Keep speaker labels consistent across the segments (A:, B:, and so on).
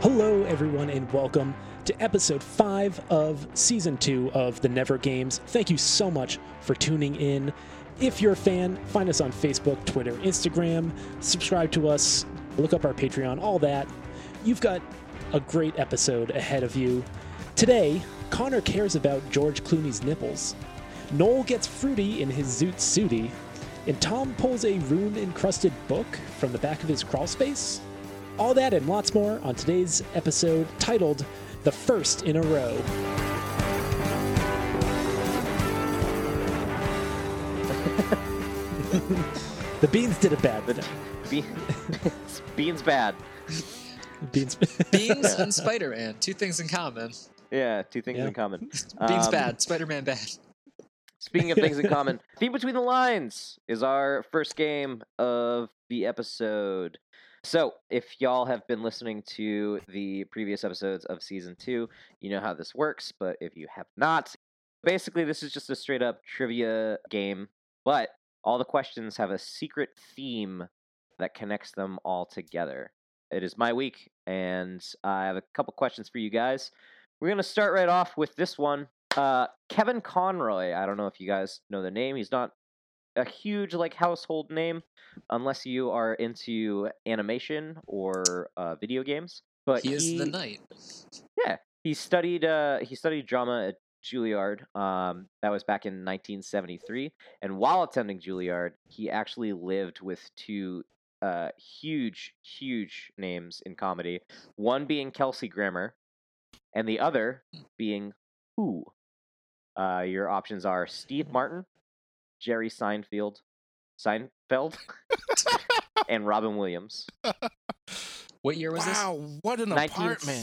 A: Hello, everyone, and welcome to episode five of season two of the Never Games. Thank you so much for tuning in. If you're a fan, find us on Facebook, Twitter, Instagram, subscribe to us, look up our Patreon, all that. You've got a great episode ahead of you. Today, Connor cares about George Clooney's nipples. Noel gets fruity in his zoot suity, and Tom pulls a rune encrusted book from the back of his crawl space. All that and lots more on today's episode titled The First in a Row. the beans did it bad.
B: Be- Bean's bad.
A: Beans.
C: Beans and Spider Man, two things in common. Beans
B: Yeah, two things
A: Yeah.
B: in common. Bean's
C: bad, Spider Man bad.
B: Speaking of things in common, Theme Between the Lines is our first game of the episode. So, if y'all have been listening to the previous episodes of season two, you know how this works, but if you have not, basically this is just a straight up trivia game, but all the questions have a secret theme that connects them all together. It is my week, and I have a couple questions for you guys. We're going to start right off with this one. Uh, Kevin Conroy, I don't know if you guys know the name. He's not a huge like household name unless you are into animation or uh, video games. But
C: he is the
B: he-
C: knight.
B: he studied uh he studied drama at Juilliard. Um, that was back in 1973. And while attending Juilliard, he actually lived with two uh huge huge names in comedy. One being Kelsey Grammer, and the other being who. Uh, your options are Steve Martin, Jerry Seinfeld, Seinfeld, and Robin Williams.
C: What year was
D: wow, what an apartment.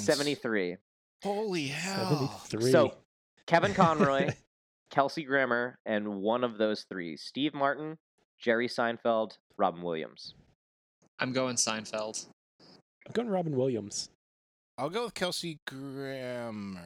B: 1973.
D: Holy hell.
A: 73.
B: Oh, So, Kevin Conroy, Kelsey Grammer, and one of those three Steve Martin, Jerry Seinfeld, Robin Williams.
C: this? I'm going Seinfeld.
A: I'm going Robin Williams.
D: I'll go with Kelsey Grammer.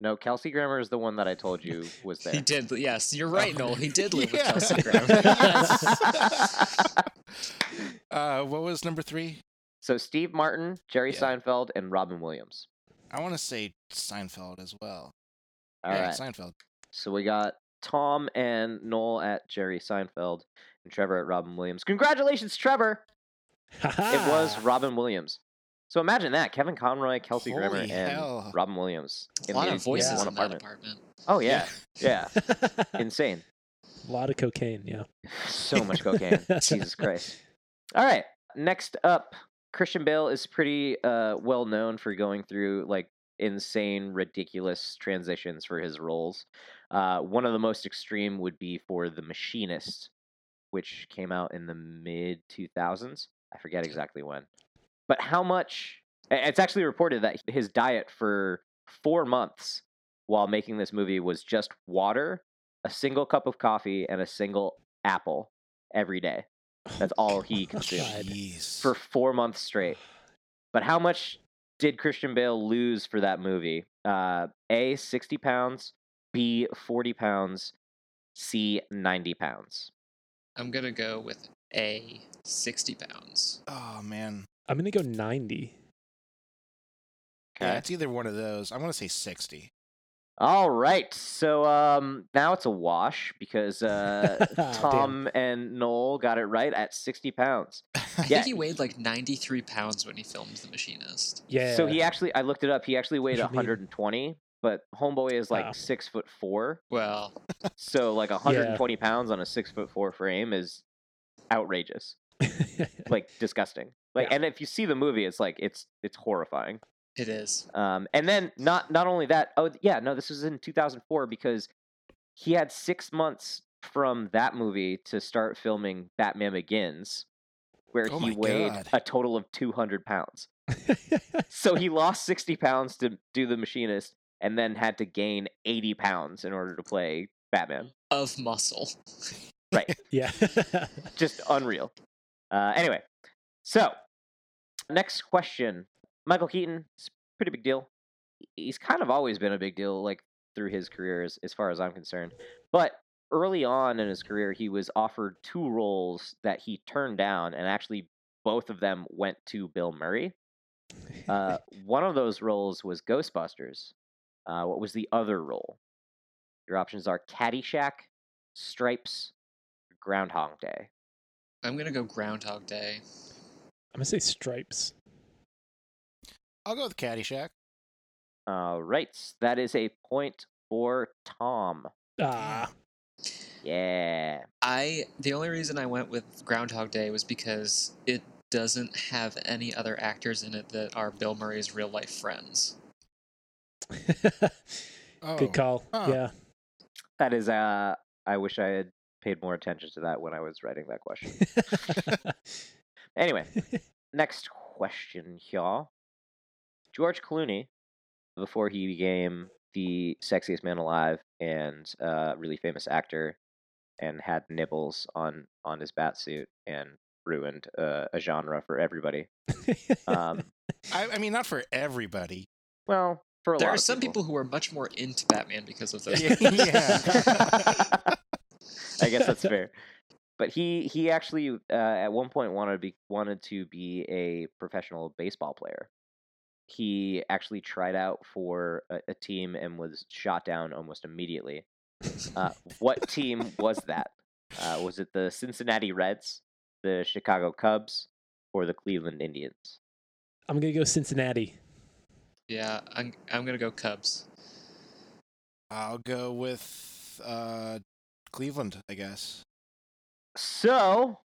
B: No, Kelsey Grammer is the one that I told you was
C: He
B: there.
C: did. Yes, you're right, Noel. He did live
D: Yeah.
C: with Kelsey
D: Yes.
C: Grammer.
D: Uh, what was number three?
B: so Steve Martin, Jerry
D: Yeah.
B: Seinfeld, and Robin Williams.
D: I want to say Seinfeld as well.
B: All right.
D: yeah, Seinfeld.
B: So we got Tom and Noel at Jerry Seinfeld and Trevor at Robin Williams. Congratulations, Trevor! It was
C: Ah.
B: Robin Williams. So imagine that Kevin Conroy, Kelsey Grammer,
D: Holy hell.
B: and Robin Williams.
C: a
B: in
C: lot
B: the-
C: of voices
B: one
C: in that apartment.
B: Oh, yeah. Yeah.
A: a
B: Insane.
A: lot of cocaine, yeah.
B: So much cocaine. Jesus Christ. All right. Next up, Christian Bale is pretty uh, well known for going through like insane, ridiculous transitions for his roles. Uh, one of the most extreme would be for The Machinist, which came out in the mid 2000s. I forget exactly when. But how much? i- It's actually reported that his diet for four months while making this movie was just water, a single cup of coffee, and a single apple every day. That's all he consumed
A: God.
D: Jeez.
B: for four months straight. But how much did Christian Bale lose for that movie? Uh, A, 60 pounds, B, 40 pounds, C, 90 pounds.
C: I'm gonna go with a 60 pounds.
D: oh man,
A: I'm going to go 90.
D: yeah, it's either one of those. I want to say sixty.
B: All right. So um, now it's a wash because uh,
A: Oh, Damn.
B: Tom and Noel got it right at 60 pounds.
C: I
B: Yeah.
C: think he weighed like 93 pounds when he filmed The Machinist.
A: Yeah.
B: So he actually, I looked it up, he actually weighed
A: What you mean?
B: 120, but Homeboy is like
A: Wow.
B: six foot four.
C: Well,
B: So like 120 pounds on a six foot four frame is outrageous, like disgusting. Like,
A: Yeah.
B: and if you see the movie, it's like it's it's horrifying.
C: it is.
B: Um, and then not not only that, oh yeah, no, this was in 2004 because he had six months from that movie to start filming Batman Begins, where
D: Oh
B: he
D: my
B: weighed
D: God.
B: a total of 200 pounds. So he lost 60 pounds to do The Machinist, and then had to gain 80 pounds in order to play Batman.
C: Of muscle.
A: yeah.
B: just unreal. Uh, anyway, so next question: Michael Keaton is pretty big deal. He's kind of always been a big deal, like through his career, as, as far as I'm concerned. But early on in his career, he was offered two roles that he turned down, and actually both of them went to Bill Murray. Uh, one of those roles was Ghostbusters. Uh, what was the other role? Your options are Caddyshack, Stripes, Groundhog Day.
C: I'm gonna go Groundhog Day.
A: I'm gonna say stripes.
D: I'll go with Caddyshack.
B: All Uh, right, that is a point for Tom.
A: Ah,
B: Yeah.
C: I the only reason I went with Groundhog Day was because it doesn't have any other actors in it that are Bill Murray's real life friends.
D: Oh,
A: good call.
D: huh.
A: Yeah,
B: That is, uh, I wish I had paid more attention to that when I was writing that question. anyway, next question, y'all. George Clooney, before he became the sexiest man alive and uh, really famous actor, and had nibbles on on his batsuit and ruined uh, a genre for everybody. Um,
D: I, I mean, not for everybody.
B: well, for a
C: there
B: lot
C: are
B: of
C: some people. who are much more into Batman because of those.
D: Yeah.
B: I guess that's fair. But he he actually uh, at one point wanted to be wanted to be a professional baseball player. He actually tried out for a, a team and was shot down almost immediately. Uh, what team was that? Uh, was it the Cincinnati Reds, the Chicago Cubs, or the Cleveland Indians?
A: I'm gonna go Cincinnati.
C: yeah, I'm I'm gonna go Cubs.
D: I'll go with uh, Cleveland, I guess.
B: So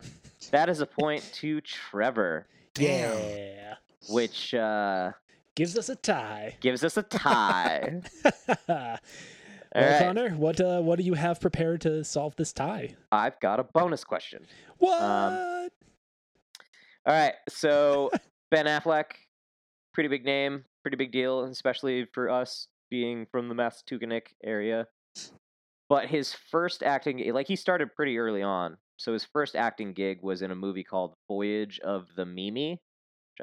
B: that is a point to Trevor,
D: Damn.
A: Yeah,
B: which uh,
A: gives us a tie.
B: gives us a tie.
A: well,
B: All right.
A: Connor, what uh, what do you have prepared to solve this tie?
B: I've got a bonus question.
A: What?
B: Um, All right, so Ben Affleck, pretty big name, pretty big deal, especially for us being from the Massachusetts area. But his first acting, like he started pretty early on. So his first acting gig was in a movie called Voyage of the Mimi, which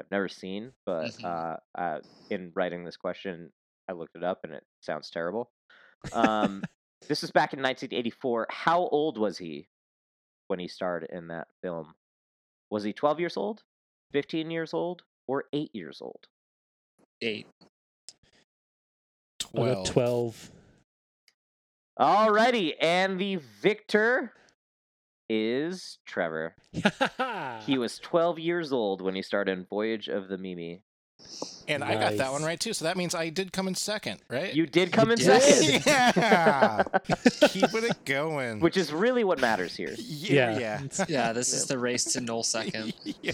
B: I've never seen, but uh,
C: Mhm.
B: uh, in writing this question, I looked it up and it sounds terrible. Um, this is back in 1984. How old was he when he starred in that film? Was he 12 years old, 15 years old, or 8 years old?
C: Eight.
A: I'll go
D: 12.
A: 12.
B: Alrighty, and the victor is Trevor.
A: Ah.
B: He was 12 years old when he starred in Voyage of the Mimi.
D: And I got that
A: Nice.
D: one right, too. So that means I did come in second, right?
B: You did come in
A: did.
B: second,
D: Eh, yeah. Keeping it going.
B: which is really what matters here.
A: yeah.
D: yeah. Yeah.
A: It's-
C: Yeah, this is the race to null second.
D: Yeah.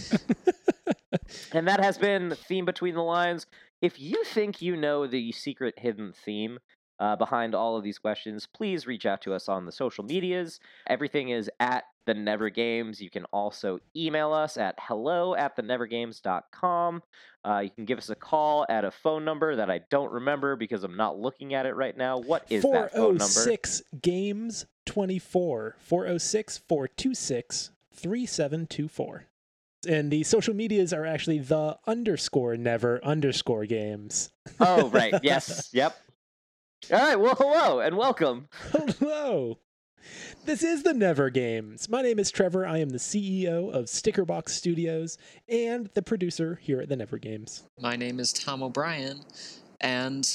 B: And that has been Theme Between the Lines. If you think you know the secret hidden theme uh, behind all of these questions, please reach out to us on the social medias. Everything is at the Never Games. You can also email us at hello at the nevergames.com. Uh, you can give us a call at a phone number that I don't remember because I'm not looking at it right now. What is that phone number?
A: 406 games oh 24 406 426 3724 and the social medias are actually the underscore never underscore games
B: oh, right. Yes. Yep. All right. Well, hello and welcome.
A: hello this is the never games my name is trevor i am the ceo of stickerbox studios and the producer here at the never games
C: My name is Tom O'Brien, and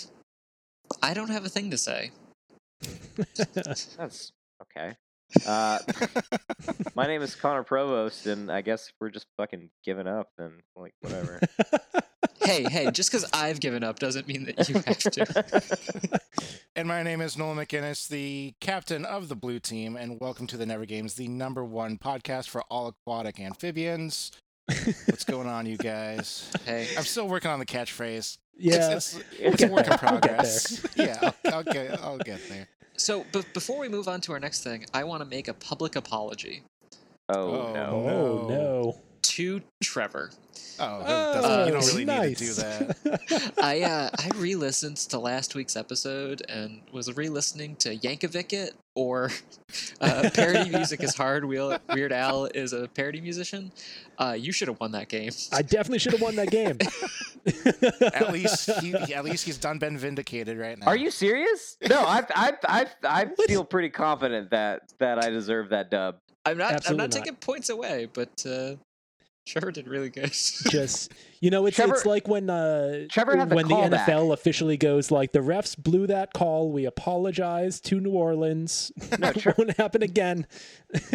C: I don't have a thing to say.
B: That's okay. Uh, my name is Connor Provost, and I guess if we're just fucking giving up, then like whatever.
C: Hey, hey, just because I've given up doesn't mean that you have to.
D: And my name is Nolan McInnes, the captain of the blue team, and welcome to the Never Games, the number one podcast for all aquatic amphibians. What's going on, you guys?
C: Hey,
D: I'm still working on the catchphrase.
A: yeah
D: It's, it's,
B: We'll
D: it's a
B: get
D: work in
A: there. We'll get
D: progress. yeah, I'll, I'll, get, I'll get there.
C: so but before we move on to our next thing, I want to make a public apology
B: Oh
D: Oh,
B: no!
A: oh no Ah,
C: to Trevor.
D: Oh, that's-
C: Oh,
D: you don't really need to do
A: nice.
D: that.
C: I uh, I re-listened to last week's episode and was re-listening to Yankovic It or uh, parody music is hard. Weird Weird Al is a parody musician. Uh, you should have won that game.
A: I definitely should have won that game.
D: At least, he, he- at least he's done been vindicated right now.
B: Are you serious? No, I I I I
A: What?
B: feel pretty confident that that I deserve that dub.
C: I'm not. I'm
A: Absolutely
C: not,
A: not.
C: taking points away, but uh, Trevor did really good.
A: Just you know, it's
B: Trevor-
A: it's like when uh,
B: Trevor had the
A: when
B: callback.
A: the NFL officially goes like the refs blew that call. We apologize to New Orleans.
B: No, Tre-
A: Won't happen again.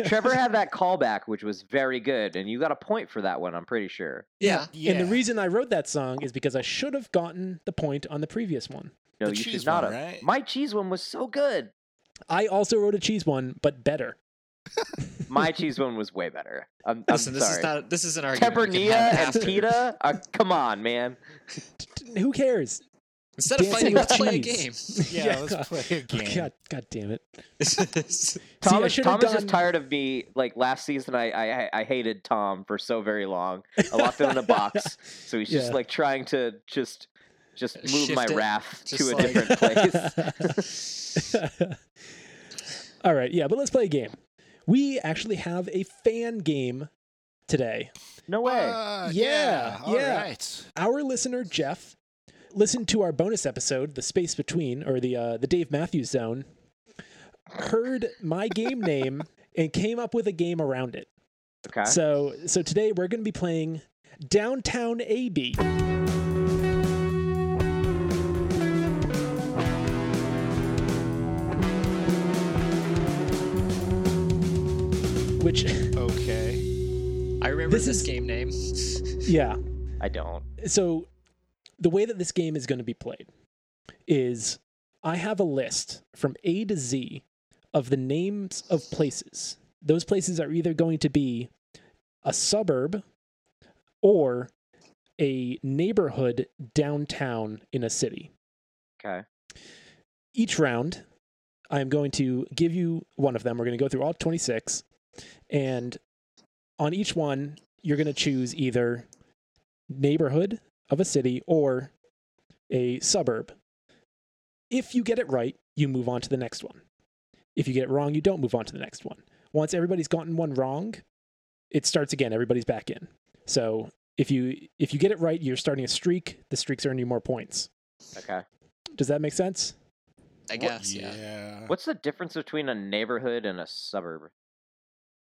B: Trevor had that callback, which was very good, and you got a point for that one. I'm pretty sure.
C: yeah.
D: Yeah.
A: And the reason I wrote that song is because I should have gotten the point on the previous one.
B: No,
D: The
B: you
D: cheese
B: should not
D: one,
B: have.
D: right?
B: My cheese one was so good.
A: I also wrote a cheese one, but better.
B: My cheese one was way better. I'm, I'm
C: Listen, this
B: sorry.
C: is not this is an argument. we can
B: Tempranilla
C: have
B: and
C: after.
B: pita. Are, come on, man.
A: Who cares?
C: Instead of
A: Dancing
C: fighting,
A: with
C: let's play a game.
A: cheese.
D: Yeah, let's play a game.
A: God, God damn it. See, I
B: Thomas,
A: should have
B: Thomas is
A: done-
B: tired of me. Like last season, I, I I hated Tom for so very long. I locked him in a box, so he's just
A: Yeah. Uh,
B: like trying to just just move
C: Shift
B: my
C: it,
B: wrath
C: just
B: to a
C: like-
B: different place.
A: All right, yeah, but let's play a game. We actually have a fan game today.
B: No way.
D: Uh,
A: Yeah,
D: All
A: yeah.
D: right.
A: Our listener Jeff listened to our bonus episode, "The Space Between" or the uh, the Dave Matthews Zone. Heard my game name and came up with a game around it.
B: okay.
A: So so today we're going to be playing Downtown AB. Which
D: Okay.
C: I remember
A: This
C: this,
A: is-
C: game name.
A: yeah.
B: I don't.
A: So the way that this game is going to be played is I have a list from A to Z of the names of places. Those places are either going to be a suburb or a neighborhood downtown in a city.
B: Okay.
A: Each round, I'm going to give you one of them. We're going to go through all 26. And on each one, you're going to choose either neighborhood of a city or a suburb. If you get it right, you move on to the next one. If you get it wrong, you don't move on to the next one. Once everybody's gotten one wrong, it starts again. Everybody's back in. So if you if you get it right, you're starting a streak. The streaks earn you more points.
B: Okay.
A: Uh. Does that make sense?
C: I guess. Yeah.
B: What's the difference between a neighborhood and a suburb?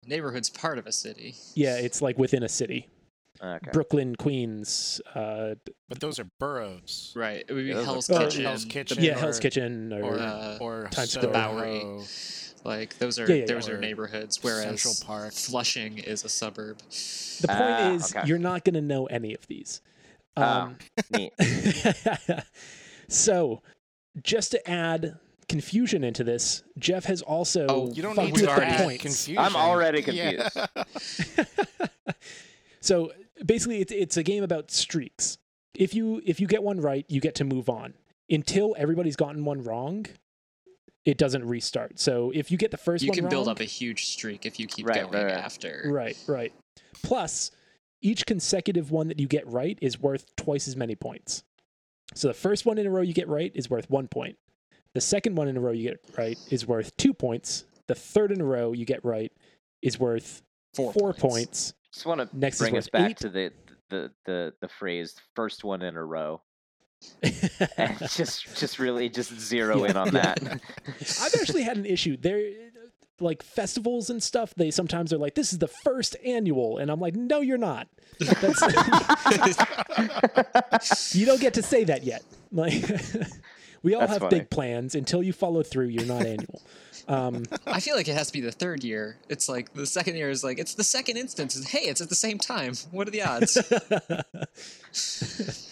C: Neighborhood's part of a city.
A: Yeah, it's like within a city.
B: Okay.
A: Brooklyn, Queens, uh,
D: But those are boroughs.
C: Right. It would be
B: Those are
C: Hell's
A: Oh,
C: Kitchen.
D: Hell's
C: the-
D: Kitchen.
A: yeah,
D: or-
A: Hell's Kitchen, or,
C: or,
D: Or,
C: uh,
D: or
A: Times
D: Soho,
A: Square.
C: Bowery. Like those are
A: Yeah, yeah, yeah.
C: those are
D: Oh. Or
C: neighborhoods, whereas
D: Central Park.
C: Flushing is a suburb.
A: the point
B: Ah,
A: is
B: okay. Oh.
A: you're not going to know any of these. Um,
B: Neat.
A: so, just to add confusion into this, Jeff has also
C: Oh,
D: You don't
A: fucked
D: need
A: with
D: to
A: the
C: already-
D: add
A: point.
C: points.
D: confusion.
B: I'm already confused.
D: Yeah.
A: So basically, it's it's a game about streaks. If you if you get one right, you get to move on. Until everybody's gotten one wrong, it doesn't restart. So if you get the first
C: You
A: one
C: can
A: wrong,
C: build up a huge streak if you keep
B: Right,
C: going
B: right, right.
C: after.
A: Right, right. Plus, each consecutive one that you get right is worth twice as many points. So the first one in a row you get right is worth one point. The second one in a row you get right is worth two points. The third in a row you get right is worth four, points.
B: Just want to
A: Next is
B: bring
A: worth
B: us back
A: eight.
B: to the, the the the phrase first one in a row, and just just really just zero
A: Yeah,
B: in on
A: yeah.
B: that.
A: I've actually had an issue. There, like festivals and stuff, they sometimes are like, "This is the first annual," and I'm like, "No, you're not. That's, you don't get to say that yet." Like, we all
B: That's
A: have
B: funny.
A: big plans. Until you follow through, you're not annual. Um,
C: I feel like it has to be the third year. It's like the second year is like it's the second instance. and hey, it's at the same time. What are the odds?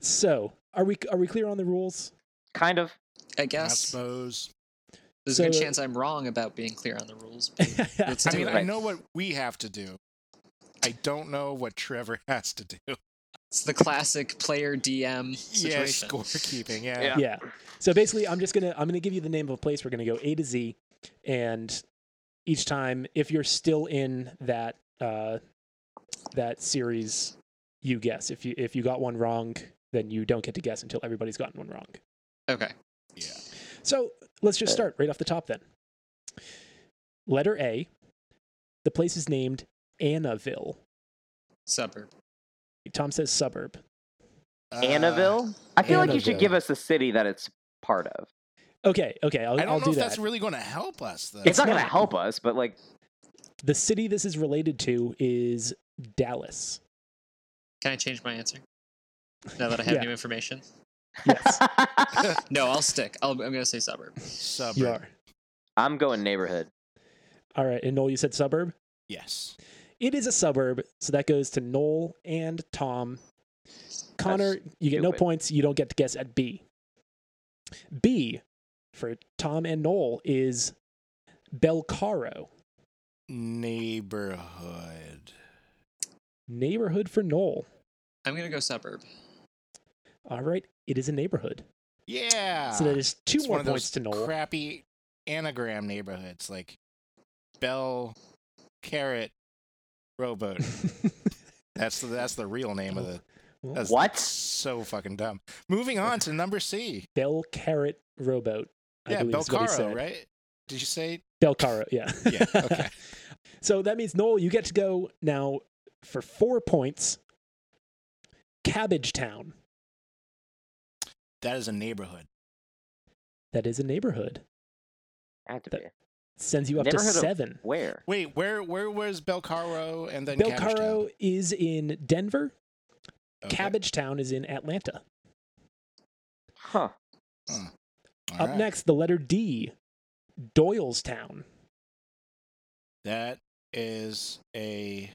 A: so, are we are we clear on the rules?
B: kind of.
C: I
D: I
C: guess
D: suppose.
C: there's a
A: So- uh,
C: good chance I'm wrong about being clear on the rules. but Let's
D: I
C: do
D: mean,
C: it.
D: I know what we have to do. I don't know what Trevor has to do.
C: It's the classic player DM
D: Yeah,
C: situation.
D: scorekeeping. Yeah.
B: Yeah.
A: yeah. So basically, I'm just gonna I'm gonna give you the name of a place. We're gonna go A to Z, and each time, if you're still in that uh, that series, you guess. If you if you got one wrong, then you don't get to guess until everybody's gotten one wrong.
C: Okay.
A: So let's just start right off the top then. Letter A. The place is named Annaville.
C: Suburb.
A: Tom says suburb.
D: Uh,
B: Annaville. I feel like you should
D: Annaville.
B: give us a city that it's part of.
A: Okay, okay, I'll,
D: I don't
A: will
D: know
A: do
D: if
A: that.
D: that's really going to help us, though.
B: It's, not going
A: not.
B: to help us, but like
A: The city this is related to is Dallas.
C: Can I change my answer now that I have
A: Yeah.
C: new information?
A: Yes,
C: No, I'll stick. I'll, I'm going to say suburb.
D: Suburb.
A: you are.
B: I'm going neighborhood.
A: All right, and Noel, you said suburb.
D: Yes.
A: It is a suburb, so that goes to Noel and Tom. Connor, you get no
B: stupid.
A: points. You don't get to guess at B. B for Tom and Noel is Belcaro.
D: Neighborhood.
A: Neighborhood for Noel.
C: I'm going to go suburb.
A: All right, it is a neighborhood.
D: Yeah.
A: so that is two
D: Ah, It's
A: more
D: one of
A: points
D: those
A: to Noel.
D: Crappy anagram neighborhoods like Bell Carrot Rowboat. That's the, that's the real name of the. That's
B: What?
D: so fucking dumb. Moving on to number C.
A: Bell Carrot Rowboat. I
D: Yeah,
A: believe is what he
D: Belcaro,
A: said.
D: right? Did you say?
A: Belcaro, yeah.
D: Yeah. Okay.
A: so that means Noel, you get to go now for four points. Cabbage Town.
D: that is a neighborhood.
A: That is a neighborhood.
B: Had to
A: That-
B: be.
A: Sends you up to
B: Neighborhood of-
A: seven.
B: Where?
D: Wait, where where was Belcaro and then Cabbage
A: Belcaro is in Denver.
D: Town? Okay.
A: Cabbage Town is in Atlanta.
B: Huh.
D: All
A: up
D: right.
A: next, the letter D, Doylestown.
D: That is a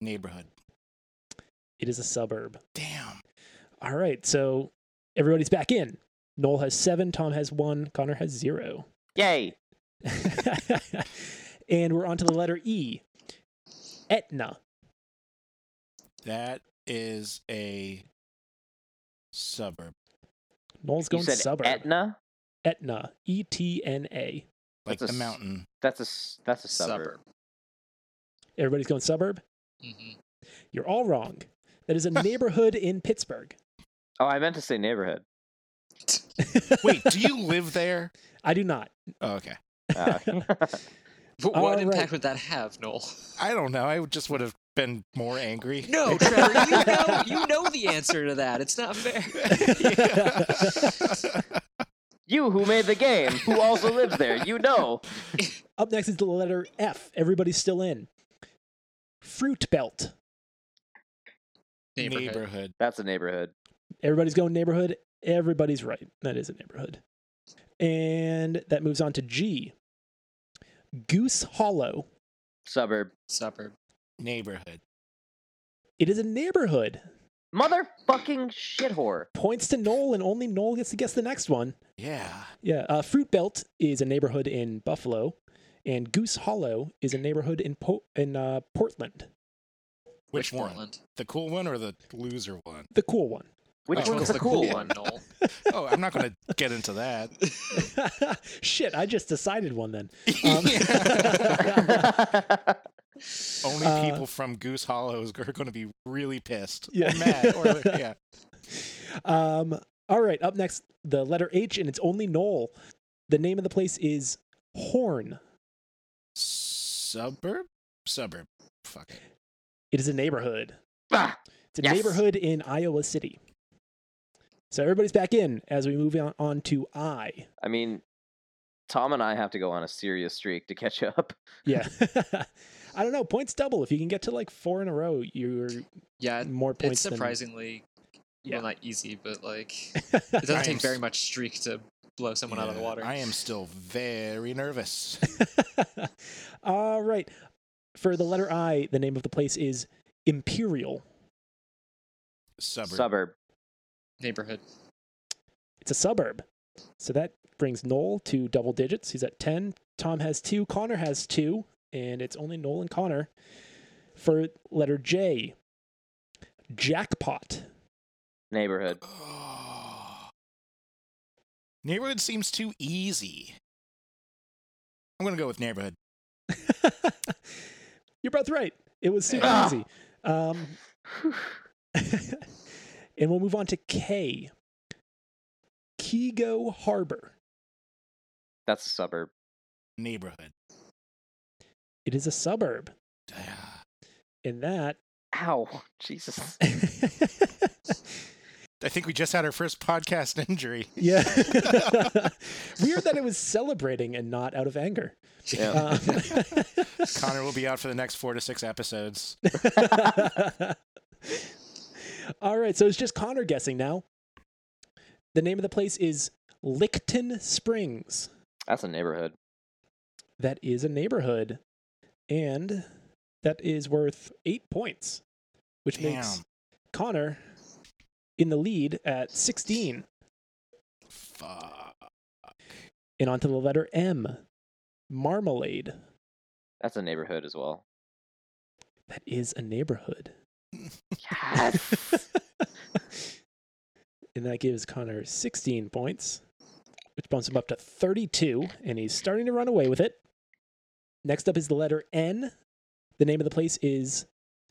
D: neighborhood.
A: It is a suburb.
D: Damn.
A: All right, so everybody's back in. Noel has seven, Tom has one, Connor has zero.
B: Yay.
A: and we're on to the letter E. Etna.
D: That is a suburb.
A: Noel's
B: You
A: going
B: said
A: suburb.
B: Etna?
A: Etna. E T N A.
D: Like
B: That's a
D: the
B: s-
D: mountain.
B: That's a s- that's a suburb.
A: Everybody's going suburb.
C: hmm
A: You're all wrong. That is a neighborhood in Pittsburgh.
B: Oh, I meant to say neighborhood.
D: Wait, do you live there?
A: I do not.
D: Oh, okay.
B: Uh,
C: But
A: All
C: what
A: right.
C: impact would that have, Noel?
D: I don't know. I just would have been more angry.
C: No, Trevor, you know, you know the answer to that. It's not fair.
B: you who made the game, who also lives there, you know.
A: Up next is the letter F. Everybody's still in. Fruit Belt.
C: Neighborhood.
D: neighborhood.
B: That's a neighborhood.
A: Everybody's going neighborhood. Everybody's right. That is a neighborhood. And that moves on to G. Goose Hollow.
B: Suburb.
C: Suburb.
D: Neighborhood.
A: It is a neighborhood.
B: Motherfucking shit whore.
A: Points to Noel, and only Noel gets to guess the next one.
D: Yeah.
A: Yeah, uh, Fruit Belt is a neighborhood in Buffalo, and Goose Hollow is a neighborhood in po- in uh, Portland.
D: Which, one?
C: Portland?
D: The cool one or the loser one?
A: The cool one.
B: Which
D: Oh,
B: one's
D: cool.
B: the cool
D: Yeah.
B: one?
C: Noel?
D: Oh, I'm not going to get into that.
A: Shit, I just decided one then.
D: Um, Only
A: Uh,
D: people from Goose Hollow is- are going to be really pissed.
A: Yeah.
D: Or mad. Or, yeah.
A: Um, all right, up next, the letter H, and it's only Noel. The name of the place is Horn.
D: Suburb? Suburb. Fuck it.
A: It is a neighborhood.
B: Ah,
A: It's a
B: Yes.
A: neighborhood in Iowa City. So everybody's back in as we move on, on to I.
B: I mean, Tom and I have to go on a serious streak to catch up.
A: Yeah. I don't know. Points double. If you can get to like four in a row, you're
C: Yeah, it-
A: more
C: it's
A: points. than-
C: surprisingly
A: Yeah.
C: well not easy, but like it
D: I
C: doesn't
D: am
C: take very
D: s-
C: much streak to blow someone out of the
D: Yeah,
C: water.
D: I am still very nervous.
A: All right. For the letter I, the name of the place is Imperial.
D: Suburb.
B: Suburb.
C: Neighborhood.
A: It's a suburb. So that brings Noel to double digits. He's at 10. Tom has two. Connor has two. And it's only Noel and Connor. For letter J, Jackpot.
B: Neighborhood.
D: neighborhood seems too easy. I'm going to go with neighborhood.
A: You're both right. It was super
B: Ah.
A: easy. Um, and we'll move on to K. Kigo Harbor.
B: That's a suburb.
D: Neighborhood.
A: It is a suburb,
D: Ah,
A: and that
B: Ow. Jesus.
D: I think we just had our first podcast injury.
A: yeah, weird that it was celebrating and not out of anger.
B: Yeah.
A: Um,
D: Connor will be out for the next four to six episodes.
A: Um, All right, so it's just Connor guessing now. The name of the place is Lickton Springs.
B: That's a neighborhood.
A: That is a neighborhood, and that is worth eight points, which makes
D: Damn.
A: Connor in the lead at 16.
D: Fuck. Oh,
A: And onto the letter M, Marmalade.
B: That's a neighborhood as well.
A: That is a neighborhood.
B: Yes.
A: and that gives Connor 16 points, which bumps him up to 32, and he's starting to run away with it. Next up is the letter N. The name of the place is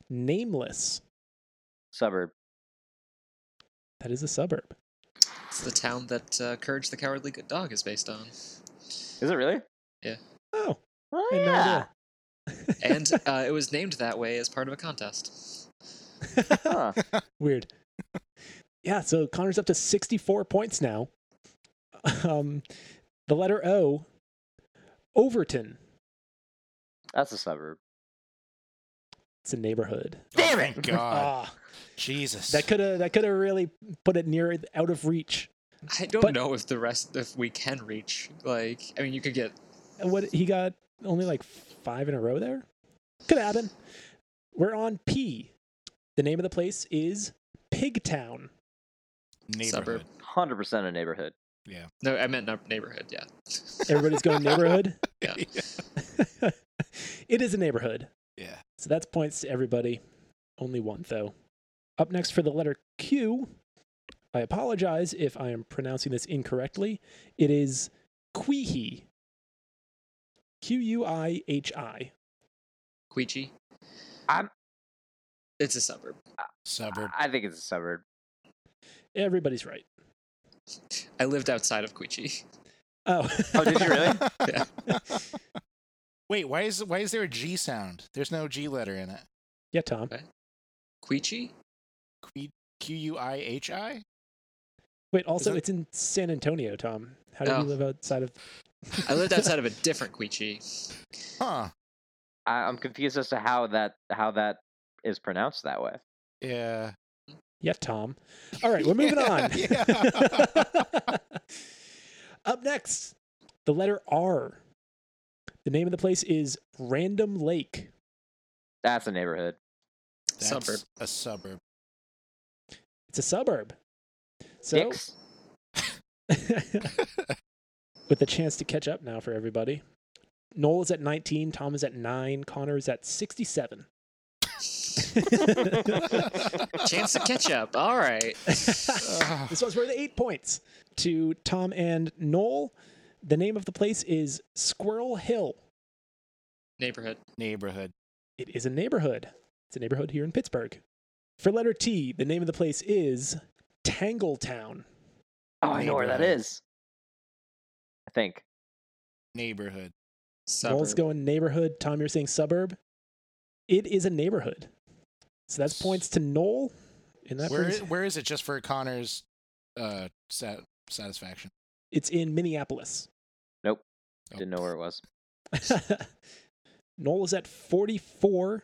A: Nameless.
B: Suburb.
A: That is a suburb.
C: It's the town that uh, Courage the Cowardly Dog is based on.
B: Is it really?
A: Oh,
B: Oh,
A: I had no idea.
C: And uh, it was named that way as part of a contest.
B: Huh.
A: Weird. Yeah, so Connor's up to 64 points now. Um, the letter O, Overton.
B: That's a suburb.
A: It's a neighborhood.
B: Damn
D: Oh,
B: it.
D: Thank God.
A: Ah,
D: Jesus.
A: that could have that could have really put it near out of reach.
C: I don't
A: But-
C: know if the rest, if we can reach. Like, I mean, you could get.
A: What he got only like five in a row there. Could happen. We're on P. The name of the place is Pigtown.
C: Suburb.
D: neighborhood.
B: 100% a neighborhood.
C: No, I meant nu- neighborhood. Yeah.
A: Everybody's going neighborhood.
C: Yeah.
A: it is a neighborhood.
D: Yeah.
A: So that's points to everybody. Only one, though. Up next for the letter Q, I apologize if I am pronouncing this incorrectly. It is Quihi. Q U I H I.
C: Queechy.
B: I'm-
C: It's a suburb.
D: Suburb.
B: I think it's a suburb.
A: Everybody's right.
C: I lived outside of Queechy.
A: Oh.
B: Oh, did you really?
C: Yeah.
D: Wait, why is why is there a G sound? There's no G letter in it.
A: yeah, Tom.
C: Queechy?
D: Q- Q U I H I.
A: Wait, also,
D: that-
A: it's in San Antonio, Tom. How do
C: Oh.
A: you live outside of.
C: I lived outside of a different Queechy.
D: Huh.
B: I, I'm confused as to how that how that is pronounced that way.
D: Yeah.
A: Yeah, Tom. All right, we're moving on.
D: Yeah.
A: Up next, the letter R. The name of the place is Random Lake.
B: That's a neighborhood.
D: That's
C: Suburb.
D: A suburb.
A: It's a suburb. So,
B: Dicks.
A: with a chance to catch up now for everybody. Noel is at 19, Tom is at 9, Connor is at 67.
C: Chance to catch up. All right.
D: Ugh.
A: This one's worth eight points to Tom and Noel. The name of the place is Squirrel Hill.
C: Neighborhood.
D: neighborhood.
A: It is a neighborhood. It's a neighborhood here in Pittsburgh. For letter T, the name of the place is Tangletown.
B: Oh, I know where that
D: Neighborhood.
B: is. I think.
D: Neighborhood.
C: Suburb.
A: Noel's going neighborhood. Tom, you're saying suburb. It is a neighborhood. So that's points to Noel. And that
D: Where
A: brings-
D: i- where is it? Just for Connor's uh sat- satisfaction.
A: it's in Minneapolis.
D: Oh.
B: Didn't know where it was.
A: Noel is at 44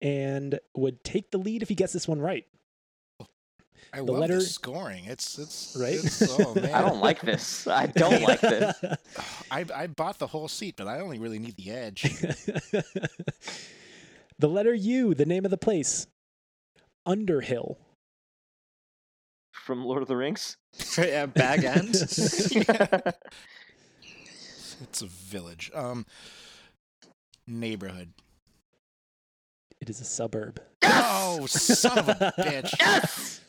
A: and would take the lead if he gets this one right.
D: I
A: the
D: love
A: letter-
D: the scoring. It's it's
A: Right?
D: it's- oh man.
B: I don't like this. I don't like this.
D: I I bought the whole seat, but I only really need the edge.
A: the letter U, the name of the place, Underhill.
B: From Lord of the Rings.
C: yeah, bag end.
D: It's a village. Um, neighborhood.
A: It is a suburb.
D: Oh, son of a bitch.
B: yes.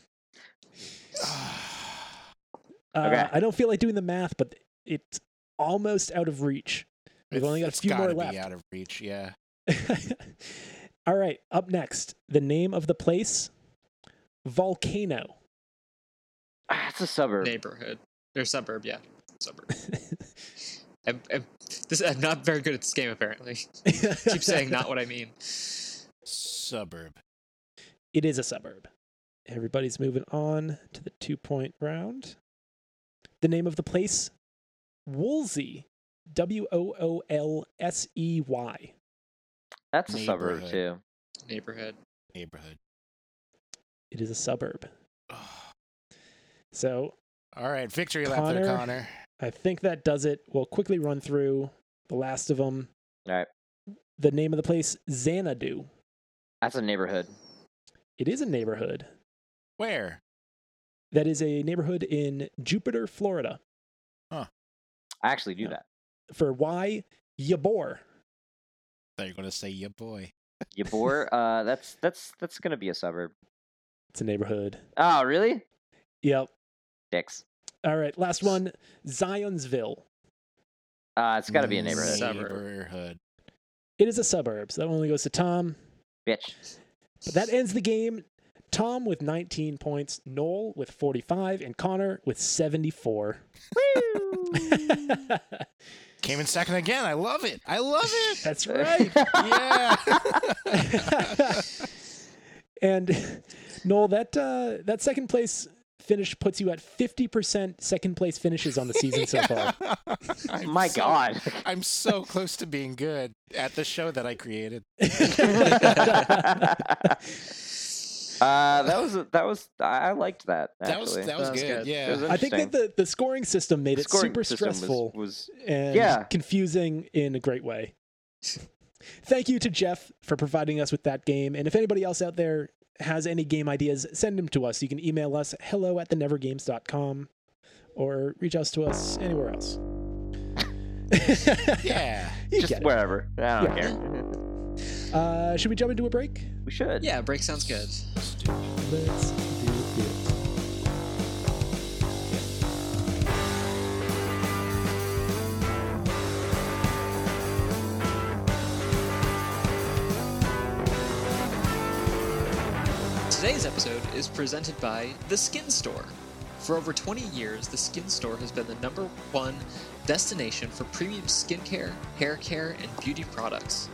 A: Uh,
B: Okay.
A: I don't feel like doing the math, but it's almost out of reach. We've only got a
D: It's
A: few more
D: gotta be
A: left.
D: out of reach. Yeah.
A: All right, up next, the name of the place, Volcano.
B: Ah, It's a suburb.
C: Neighborhood. Or suburb, yeah. Suburb. I'm, I'm, this, I'm not very good at this game, apparently. Keep saying not what I mean.
D: Suburb.
A: It is a suburb. Everybody's moving on to the two point round. The name of the place, Woolsey. W O O L S E Y.
B: That's a suburb
D: Neighborhood.
B: too.
C: Neighborhood.
D: Neighborhood.
A: It is a suburb. So
D: All right, victory lap there,
A: Connor.
D: Connor.
A: I think that does it. We'll quickly run through the last of them.
B: All right.
A: The name of the place, Xanadu.
B: That's a neighborhood.
A: It is a neighborhood.
D: Where?
A: That is a neighborhood in Jupiter, Florida.
B: I actually do
A: Yeah.
B: that.
A: For why? Yabor.
D: Thought you were gonna say your boy.
B: Ybor, uh, that's that's that's gonna be a suburb.
A: It's a neighborhood.
B: Oh, really?
A: Yep.
B: Dicks.
A: All right. Last one, Zionsville.
B: Uh, it's gotta be a neighborhood.
C: Suburb.
D: Neighborhood.
A: It is a suburb, so that only goes to Tom.
B: Bitch.
A: But that ends the game. Tom with 19 points, Noel with 45, and Connor with 74.
D: Came in second again. I love it. I love it.
A: That's right.
D: yeah.
A: and Noel, that uh, that second place finish puts you at 50% second place finishes on the season so far.
D: I'm
B: My
D: so-
B: God.
D: I'm so close to being good at the show that I created.
B: uh, that was that was I liked that. Actually.
D: That was that was,
C: That was
D: good.
C: good.
D: Yeah.
B: It was
A: I think that
B: interesting.
A: the, the scoring system made it
B: Scoring
A: super
B: system was-
A: stressful.
B: Was,
A: and
B: Yeah.
A: confusing in a great way. Thank you to Jeff for providing us with that game. And if anybody else out there has any game ideas, send them to us. You can email us hello at thenevergames.com or reach out to us anywhere else.
D: yeah.
A: You
B: just
A: get it.
B: wherever. I don't care.
A: Uh, should we jump into a break?
B: we should.
C: Yeah, break sounds good.
A: Let's do it.
C: Today's episode is presented by The Skin Store. For over 20 years, The Skin Store has been the number one destination for premium skincare, hair care, and beauty products.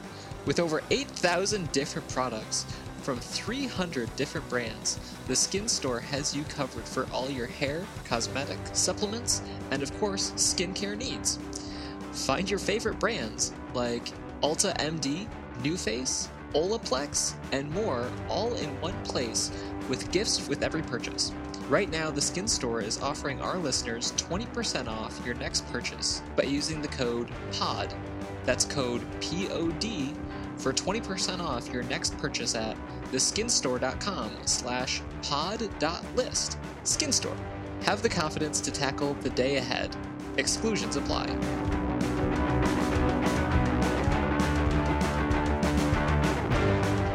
C: With over 8,000 different products from 300 different brands, The Skin Store has you covered for all your hair, cosmetic, supplements, and of course, skincare needs. Find your favorite brands like Ulta MD, New Face, Olaplex, and more all in one place with gifts with every purchase. Right now, the Skin Store is offering our listeners 20% off your next purchase by using the code POD. That's code POD for 20% off your next purchase at theskinstore.com slash pod.list. Skin Store. Have the confidence to tackle the day ahead. Exclusions apply.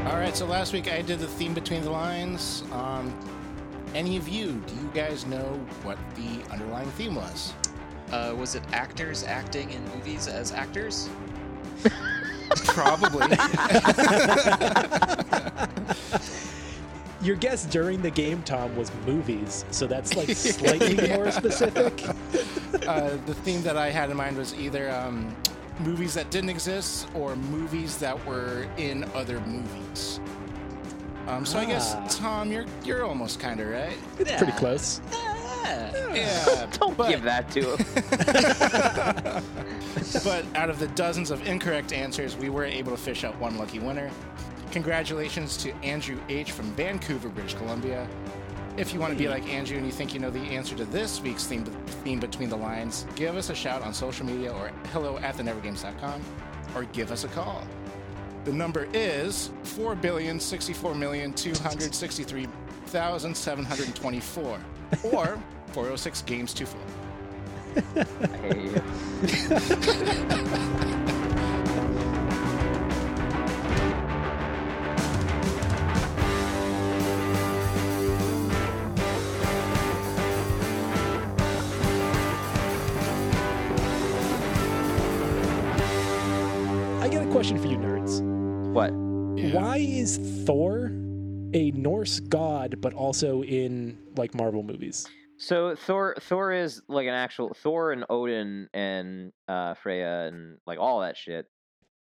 D: All right. So last week I did the theme between the lines. Um, any of you? Do you guys know what the underlying theme was?
C: uh, was it actors acting in movies as actors?
D: Probably.
A: Your guess during the game, Tom, was movies. So that's like slightly more specific.
D: uh, the theme that I had in mind was either um, movies that didn't exist or movies that were in other movies. Um, so I guess
A: Ah.
D: Tom, you're you're almost kind of right.
A: It's pretty close.
C: Yeah.
D: Yeah,
B: Don't
D: but,
B: give that to him.
D: but out of the dozens of incorrect answers, we were able to fish out one lucky winner. Congratulations to Andrew H from Vancouver, British Columbia. If you want to be like Andrew and you think you know the answer to this week's theme, theme between the lines, give us a shout on social media or hello at thenevergames.com or give us a call. The number is 4,064,263,724 or 406 games 24.
B: I hate you.
A: I got a question for you, nerds.
B: What?
A: Why is Thor a Norse god, but also in like Marvel movies?
B: So Thor, Thor is like an actual Thor and Odin and uh, Freya and like all that shit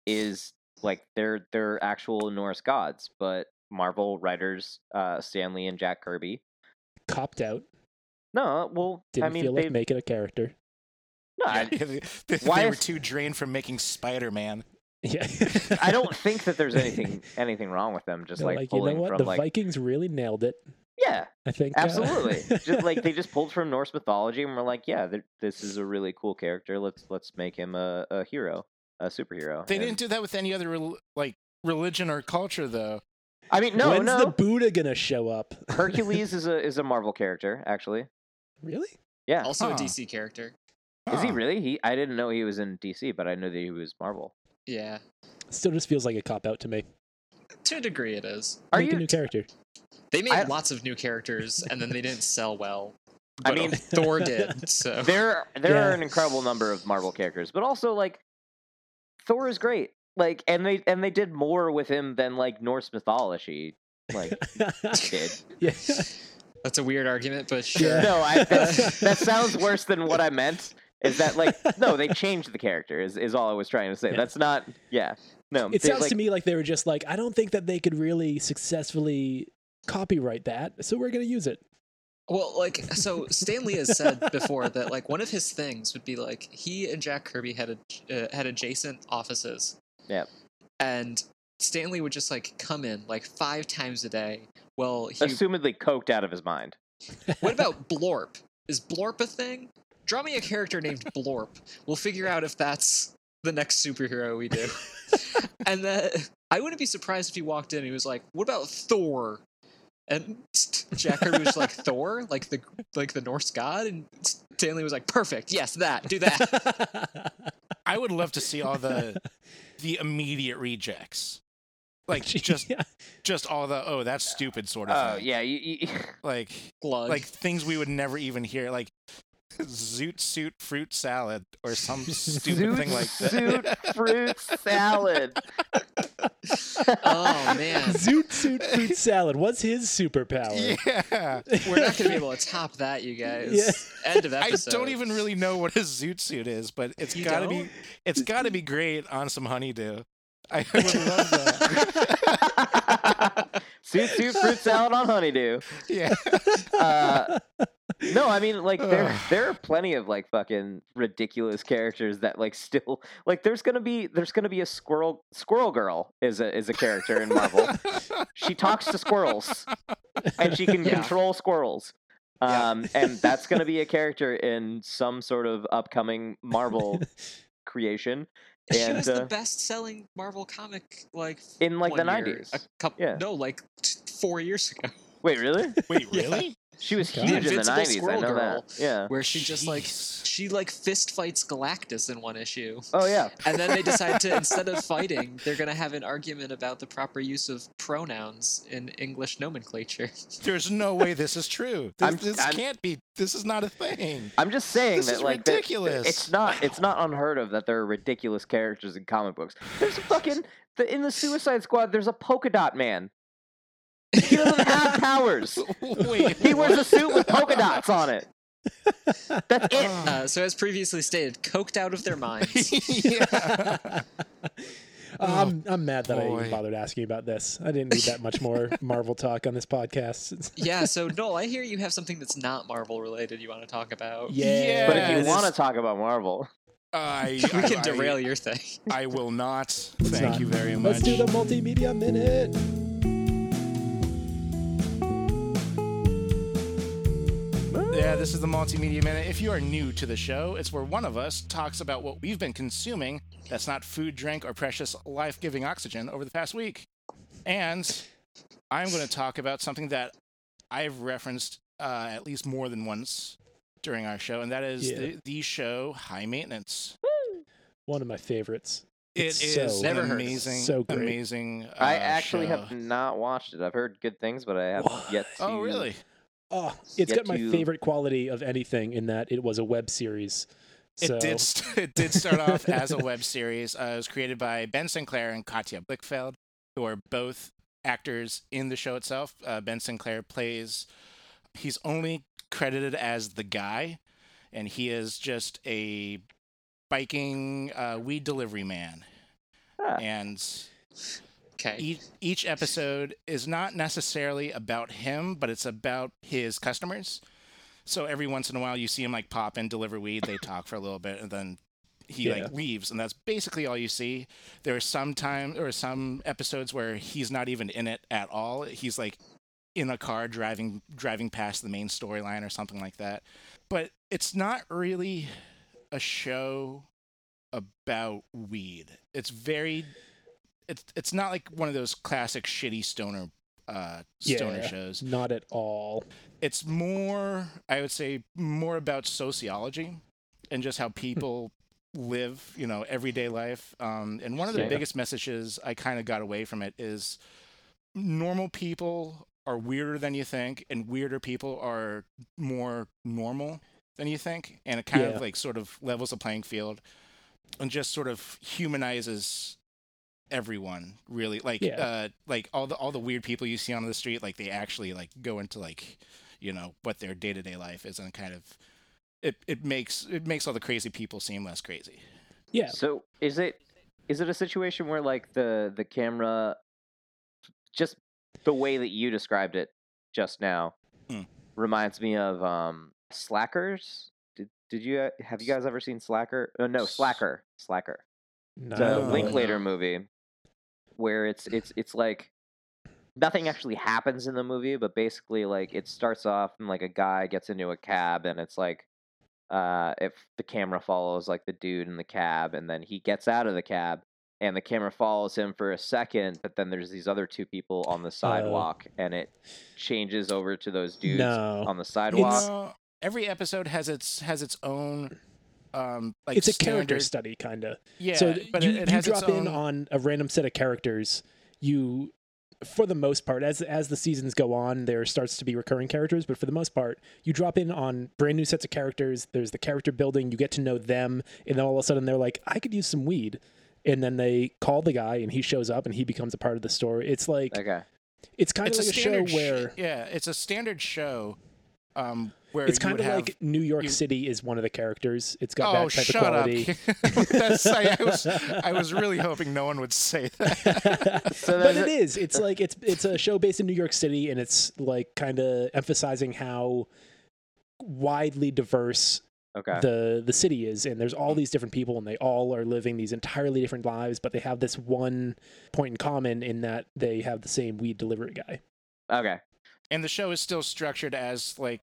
B: is like they're they're actual Norse gods, but Marvel writers uh, Stanley and Jack Kirby.
A: Copped out.
B: No, well,
A: Didn't
B: I mean
A: feel
B: they
A: like making a character.
B: No, I,
D: they, they
B: Why
D: were
B: is-
D: too drained from making Spider-Man.
A: Yeah.
B: I don't think that there's anything anything wrong with them. Just
A: They're
B: like,
A: you
B: pulling
A: know what?
B: from
A: The
B: like
A: Vikings really nailed it.
B: yeah,
A: I think uh,
B: absolutely. just like they just pulled from Norse mythology and were like, yeah, th- this is a really cool character. Let's let's make him a, a hero, a superhero.
D: They
B: And-
D: didn't do that with any other rel- like religion or culture though.
B: I mean, no,
A: When's
B: no.
A: the Buddha gonna show up?
B: Hercules is a is a Marvel character actually.
A: really?
B: Yeah,
C: Also
D: Huh.
C: a DC character.
A: Oh,
B: is he
D: Huh.
B: really? He I didn't know he was in DC, but I knew that he was Marvel.
C: Yeah,
A: Still just feels like a cop out to me.
C: to a degree it is.
B: Are
A: Make
B: you?
A: a new character?
C: They made
B: I-
C: lots of new characters, and then they didn't sell well.
B: I
C: But
B: mean-
C: Thor did. So
B: there there are
A: Yeah.
B: an incredible number of Marvel characters, but also like Thor is great. Like and they and they did more with him than like Norse mythology like did.
A: yeah.
C: that's a weird argument, but sure.
A: Yeah.
B: No, I that, that sounds worse than what I meant. Is that like no, they changed the character is, is all I was trying to say.
A: Yeah.
B: That's not yeah. No.
A: It
B: they,
A: sounds
B: like,
A: to me like they were just like, I don't think that they could really successfully copyright that, so we're gonna use it.
C: Well, like so, Stanley has said before that like one of his things would be like he and Jack Kirby had a, uh, had adjacent offices.
B: Yep.
C: And Stanley would just like come in like five times a day. Well, he.
B: assumedly coked out of his mind.
C: what about Blorp? Is Blorp a thing? Draw me a character named Blorp. We'll figure out if that's the next superhero we do. and that I wouldn't be surprised if he walked in and he was like, "What about Thor?" And Jack Kirby was like, "Thor, like the like the Norse god," and Stanley was like, "Perfect, yes, that, do that."
D: I would love to see all the the immediate rejects. Like just
A: Yeah.
D: just all the oh that's stupid sort
B: Oh
D: of thing.
B: yeah, you, you,
D: Like
C: Glug.
D: like things we would never even hear like zoot suit fruit salad or some stupid
B: zoot
D: thing like that.
B: suit fruit salad.
C: oh man,
A: Zoot suit fruit salad. What's his superpower?
D: Yeah.
C: we're not gonna be able to top that, you guys. End of
D: I
C: episode.
D: don't even really know what a zoot suit is, but it's
C: You
D: got to
C: don't?
D: be it's got to be great on some honeydew. I would love that.
B: Suit suit fruit salad on honeydew.
D: Yeah.
B: Uh, no, I mean like there
D: Ugh.
B: there are plenty of like fucking ridiculous characters that like still like there's gonna be there's gonna be a squirrel squirrel girl is a is a character in Marvel. she talks to squirrels and she can
C: Yeah.
B: control squirrels.
D: Yeah.
B: Um, and that's gonna be a character in some sort of upcoming Marvel creation.
C: she
B: and,
C: was
B: uh,
C: the best-selling Marvel comic, like
B: in like the
C: one year,
B: nineties.
C: a couple,
B: Yeah.
C: no, like t- four years ago,
B: Wait, really?
D: Wait,
C: Yeah.
D: really?
B: She was
A: The
B: huge in the
C: Invincible
B: nineties. I
C: Squirrel
B: know
C: Girl.
B: that. Yeah.
C: where she just like
D: Jeez.
C: she like fist fights Galactus in one issue,
B: Oh yeah.
C: and then they decide to instead of fighting, they're gonna have an argument about the proper use of pronouns in English nomenclature.
D: There's no way this is true. This,
B: I'm-
D: this
B: I'm-
D: can't be. This is not a thing.
B: I'm just saying
D: This
B: that
D: is
B: like that- that
D: ridiculous.
B: it's not it's not unheard of that there are ridiculous characters in comic books. There's a fucking the, in the Suicide Squad. There's a polka dot man. He doesn't have powers.
D: Wait,
B: He wears
D: what?
B: a suit with polka dots on it. That's it.
D: Oh.
C: Uh, so as previously stated, coked out of their minds.
D: yeah.
A: Uh, I'm, I'm mad that I even
D: boy.
A: bothered asking about this. I didn't need that much more Marvel talk on this podcast.
C: yeah. So Noel, I hear you have something that's not Marvel related you want to talk about.
A: Yeah,
B: But if you
D: Yes.
B: want to talk about Marvel,
D: I,
C: We
D: I-
C: can
D: I-
C: derail your thing.
D: I will not. Thank
A: not.
D: you very much.
A: let's do the multimedia minute.
D: Yeah, this is the Multimedia Minute. If you are new to the show, it's where one of us talks about what we've been consuming that's not food, drink, or precious life giving oxygen over the past week. And I'm going to talk about something that I've referenced uh, at least more than once during our show, and that is
A: Yeah.
D: the, the show High Maintenance.
A: One of my favorites.
D: It's
A: It's so-
C: Never
D: an
C: heard of it.
D: amazing,
A: So great.
D: amazing. Uh,
B: I actually
D: show.
B: have not watched it. I've heard good things, but I have
A: What?
B: yet to.
D: Oh, really?
A: Oh, it's
B: Yet
A: got my
B: you-
A: favorite quality of anything in that it was a web series.
D: It
A: So,
D: did. St- it did start off as a web series. Uh, it was created by Ben Sinclair and Katya Blickfeld, who are both actors in the show itself. Uh, ben Sinclair plays. He's only credited as the guy, and he is just a biking uh, weed delivery man.
B: Ah.
D: And
C: Okay.
D: each, each episode is not necessarily about him, but it's about his customers. So every once in a while, you see him like pop in, deliver weed. They talk for a little bit, and then he
A: Yeah.
D: like leaves, and that's basically all you see. There are some time or some episodes where he's not even in it at all. He's like in a car driving driving past the main storyline or something like that. But it's not really a show about weed. It's very it's it's not like one of those classic shitty stoner uh
A: Yeah,
D: stoner
A: yeah.
D: shows
A: Not at all.
D: it's more i would say more about sociology and just how people live you know everyday life um, and one of the
B: Yeah.
D: biggest messages i kind of got away from it is normal people are weirder than you think and weirder people are more normal than you think and it kind
A: Yeah.
D: of like sort of levels the playing field and just sort of humanizes everyone really like
A: Yeah.
D: uh like all the all the weird people you see on the street like they actually like go into like you know what their day-to-day life is and kind of it, it makes it makes all the crazy people seem less crazy
A: Yeah.
B: So is it is it a situation where like the the camera just the way that you described it just now
D: Mm.
B: reminds me of um Slackers? Did did you uh, have you guys ever seen Slacker? Oh, no, Slacker. Slacker.
A: No.
B: The
D: No.
B: Linklater movie where it's it's it's like nothing actually happens in the movie, but basically like it starts off and like a guy gets into a cab and it's like uh if the camera follows like the dude in the cab and then he gets out of the cab and the camera follows him for a second, but then there's these other two people on
A: Oh.
B: the sidewalk and it changes over to those dudes
A: No.
B: on the sidewalk.
D: It's- every episode has its has its own um like
A: it's a character study
D: standard-
A: kind of.
D: yeah
A: so
D: but
A: you,
D: it, it
A: you
D: has
A: drop
D: its own
A: in on a random set of characters. You, for the most part, as as the seasons go on, there starts to be recurring characters. But for the most part, you drop in on brand new sets of characters. There's the character building. You get to know them, and then all of a sudden they're like, "I could use some weed," and then they call the guy, and he shows up, and he becomes a part of the story. It's like
B: Okay.
A: it's kind of
D: it's
A: like a,
D: a
A: show
D: standard sh-
A: where
D: yeah it's a standard show um where
A: it's
D: you would
A: kind of
D: have
A: like New York
D: you-
A: City is one of the characters. It's got
D: oh,
A: that type
D: shut
A: of quality.
D: up! That's, I, I was I was really hoping no one would say that.
B: So
A: but
B: there's
A: it
B: a-
A: is. It's like it's it's a show based in New York City, and it's like kind of emphasizing how widely diverse
B: Okay.
A: the the city is, and there's all these different people, and they all are living these entirely different lives, but they have this one point in common in that they have the same weed delivery guy.
B: Okay.
D: And the show is still structured as like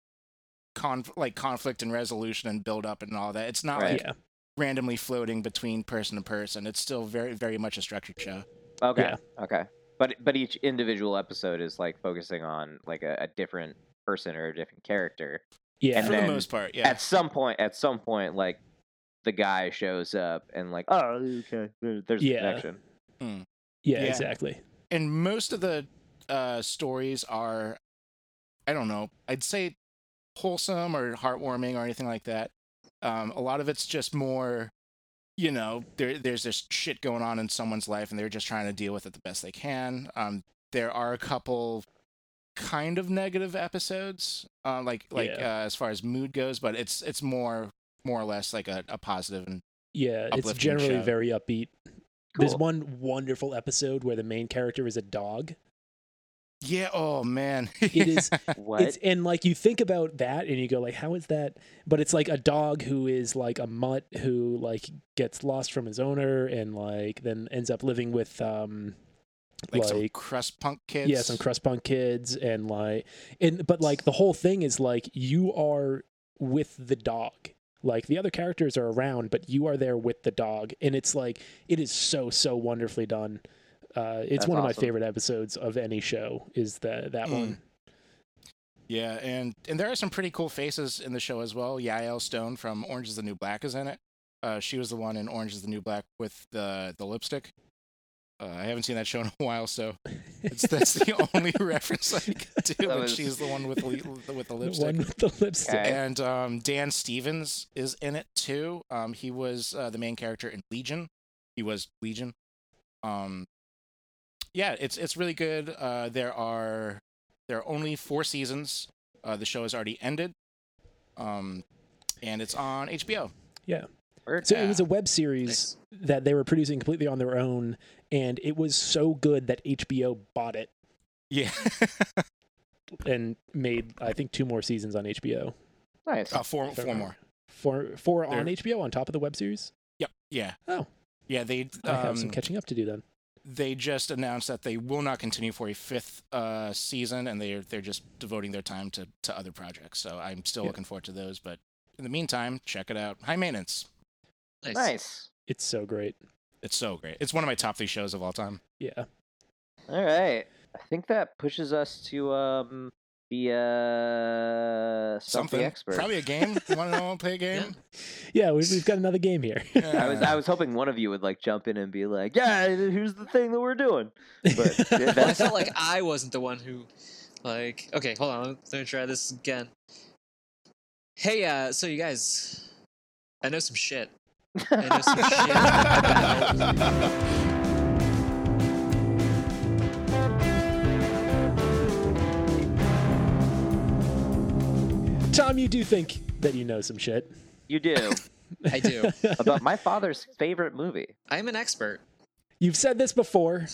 D: conf- like conflict and resolution and build up and all that. It's not
B: Right.
D: like
A: Yeah,
D: randomly floating between person to person. It's still very very much a structured show.
B: Okay.
A: Yeah.
B: Okay. But but each individual episode is like focusing on like a, a different person or a different character.
A: yeah.
B: And
D: For
B: then
D: the most part, yeah.
B: At some point, at some point, like the guy shows up and like, oh, okay, there- there's
A: Yeah.
B: a connection.
A: yeah,
D: yeah.
A: exactly.
D: and most of the uh, stories are, I don't know, I'd say wholesome or heartwarming or anything like that. Um, a lot of it's just more, you know, there, there's this shit going on in someone's life and they're just trying to deal with it the best they can. Um, there are a couple kind of negative episodes, uh, like like
A: Yeah.
D: uh, as far as mood goes, but it's it's more more or less like a, a positive and
A: Yeah, it's
D: Uplifting
A: generally
D: show.
A: very upbeat. There's
B: Cool.
A: one wonderful episode where the main character is a dog.
D: yeah. Oh man,
A: It is
B: What?
A: It's and like you think about that and you go like how is that but it's like a dog who is like a mutt who like gets lost from his owner and like then ends up living with um
D: like, some crust punk kids.
A: yeah some crust punk kids and like and but like the whole thing is like you are with the dog like the other characters are around but you are there with the dog and it's like it is so so wonderfully done uh, it's
B: That's
A: one of
B: awesome.
A: my favorite episodes of any show is the that
D: Mm.
A: one
D: Yeah, and and there are some pretty cool faces in the show as well. Yael Stone from Orange Is the New Black is in it. Uh, she was the one in Orange Is the New Black with the the lipstick. Uh, I haven't seen that show in a while, so it's, that's the only reference I can do.
B: That
D: and
B: was-
D: she's the one with the, with
A: the
D: the lipstick.
A: one with the lipstick
B: Okay.
D: And um, Dan Stevens is in it too. Um, he was uh, the main character in Legion. He was Legion. Um, yeah, it's it's really good. Uh, there are there are only four seasons. Uh, the show has already ended, um, and it's on HBO.
B: Word?
A: So
D: Yeah.
A: it was a web series that they were producing completely on their own, and it was so good that HBO bought it
D: Yeah,
A: and made I think two more seasons on HBO.
B: Nice.
D: Uh, four,
A: Fair
D: four
A: enough.
D: more.
A: Four, four on
D: There-
A: HBO on top of the web series.
D: Yep. Yeah.
A: Oh.
D: Yeah. They
A: I have some
D: um,
A: catching up to do then.
D: they just announced that they will not continue for a fifth uh, season, and they're they're just devoting their time to to other projects. So I'm still
A: Yeah.
D: looking forward to those. But in the meantime, check it out. High maintenance.
C: Nice.
B: Nice.
A: It's so great.
D: It's so great. It's one of my top three shows of all time.
A: Yeah.
B: All right. I think that pushes us to um the uh stuff the expert.
D: Probably a game. you want to know? Play a game.
A: Yeah, we, we've got another game here.
B: I was I was hoping one of you would like jump in and be like, "Yeah, here's the thing that we're doing." But yeah,
C: Well, I
B: that's-
C: felt like I wasn't the one who, like, okay, hold on, let me try this again. Hey, uh, so you guys, I know some shit. I know some shit about
A: Tom, you do think that you know some shit.
B: you do
C: I do.
B: about my father's favorite movie.
C: I'm an expert.
A: You've said this before.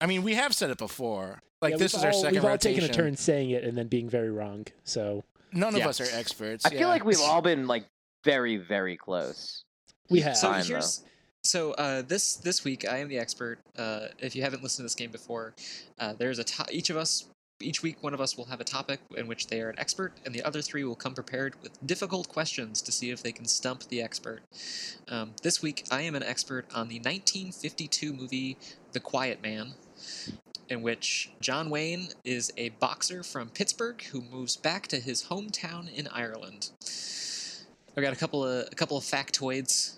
D: I mean, we have said it before. Like
A: Yeah,
D: this
A: we've
D: is our
A: all-
D: second
A: We've all
D: rotation.
A: taken a turn saying it and then being very wrong. So
D: None of
C: Yeah.
D: us are experts.
B: I
D: yeah.
B: feel like we've all been like very very close.
A: we have.
C: So
B: Time, though.
C: here's so uh, this this week I am the expert. Uh, if you haven't listened to this game before, uh, there's a to- each of us each week one of us will have a topic in which they are an expert, and the other three will come prepared with difficult questions to see if they can stump the expert. Um, this week I am an expert on the 1952 movie The Quiet Man. In which John Wayne is a boxer from Pittsburgh who moves back to his hometown in Ireland. I've got a couple of a couple of factoids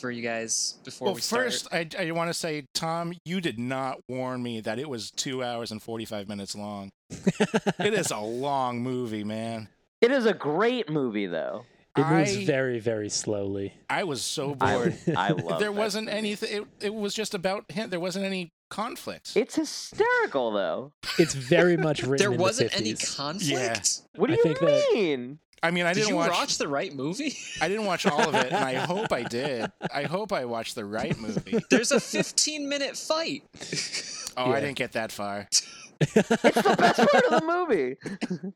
C: for you guys before
D: Well,
C: we start.
D: first, I, I want to say, Tom, you did not warn me that it was two hours and 45 minutes long. it is a long movie, man.
B: It is a great movie though.
A: It moves
D: I-
A: very, very slowly.
D: I was so
B: I,
D: bored.
B: I love.
D: there
B: that
D: wasn't
B: movie.
D: anything, it, it was just about him. There wasn't any conflict.
B: It's hysterical though.
A: It's very much written.
C: there
A: in the
C: wasn't any
A: 50s.
C: conflict.
B: What do
A: I
B: you
A: think that-
B: mean?
D: I mean, I
C: Did
D: didn't
C: you watch...
D: watch,
C: the right movie?
D: I didn't watch all of it, and I hope I did. I hope I watched the right movie.
C: There's a 15 minute fight.
D: Oh,
A: Yeah.
D: I didn't get that far.
B: It's the best part of the movie.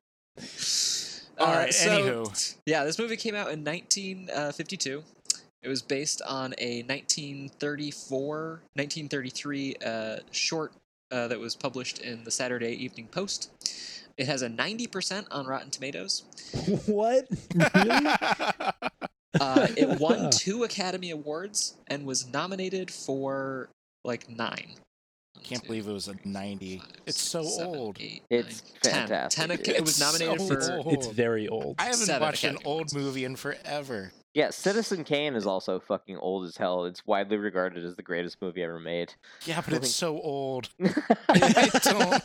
D: All
C: Uh,
D: right,
C: so-
D: anywho.
C: Yeah, this movie came out in 1952. It was based on a 1934, 1933 uh, short uh, that was published in the Saturday Evening Post. It has a 90% on Rotten Tomatoes.
A: What? Really?
C: Uh, it won two Academy Awards and was nominated for like nine.
D: Can't believe it was a 90.
C: Five,
D: It's
C: six,
D: so
C: seven,
D: old.
C: eight,
B: It's
C: nine, ten.
B: fantastic,
C: Ten,
B: dude.
C: Aca- it was
D: It's
C: nominated
D: so
C: for.
D: old.
A: it's very old.
D: I haven't
C: Seven
D: watched an
C: Academy
D: old
C: Awards.
D: movie in forever.
B: Yeah, Citizen Kane is also fucking old as hell. It's widely regarded as the greatest movie ever made.
D: Yeah, but
B: I
D: it's
B: think-
D: so old. I don't.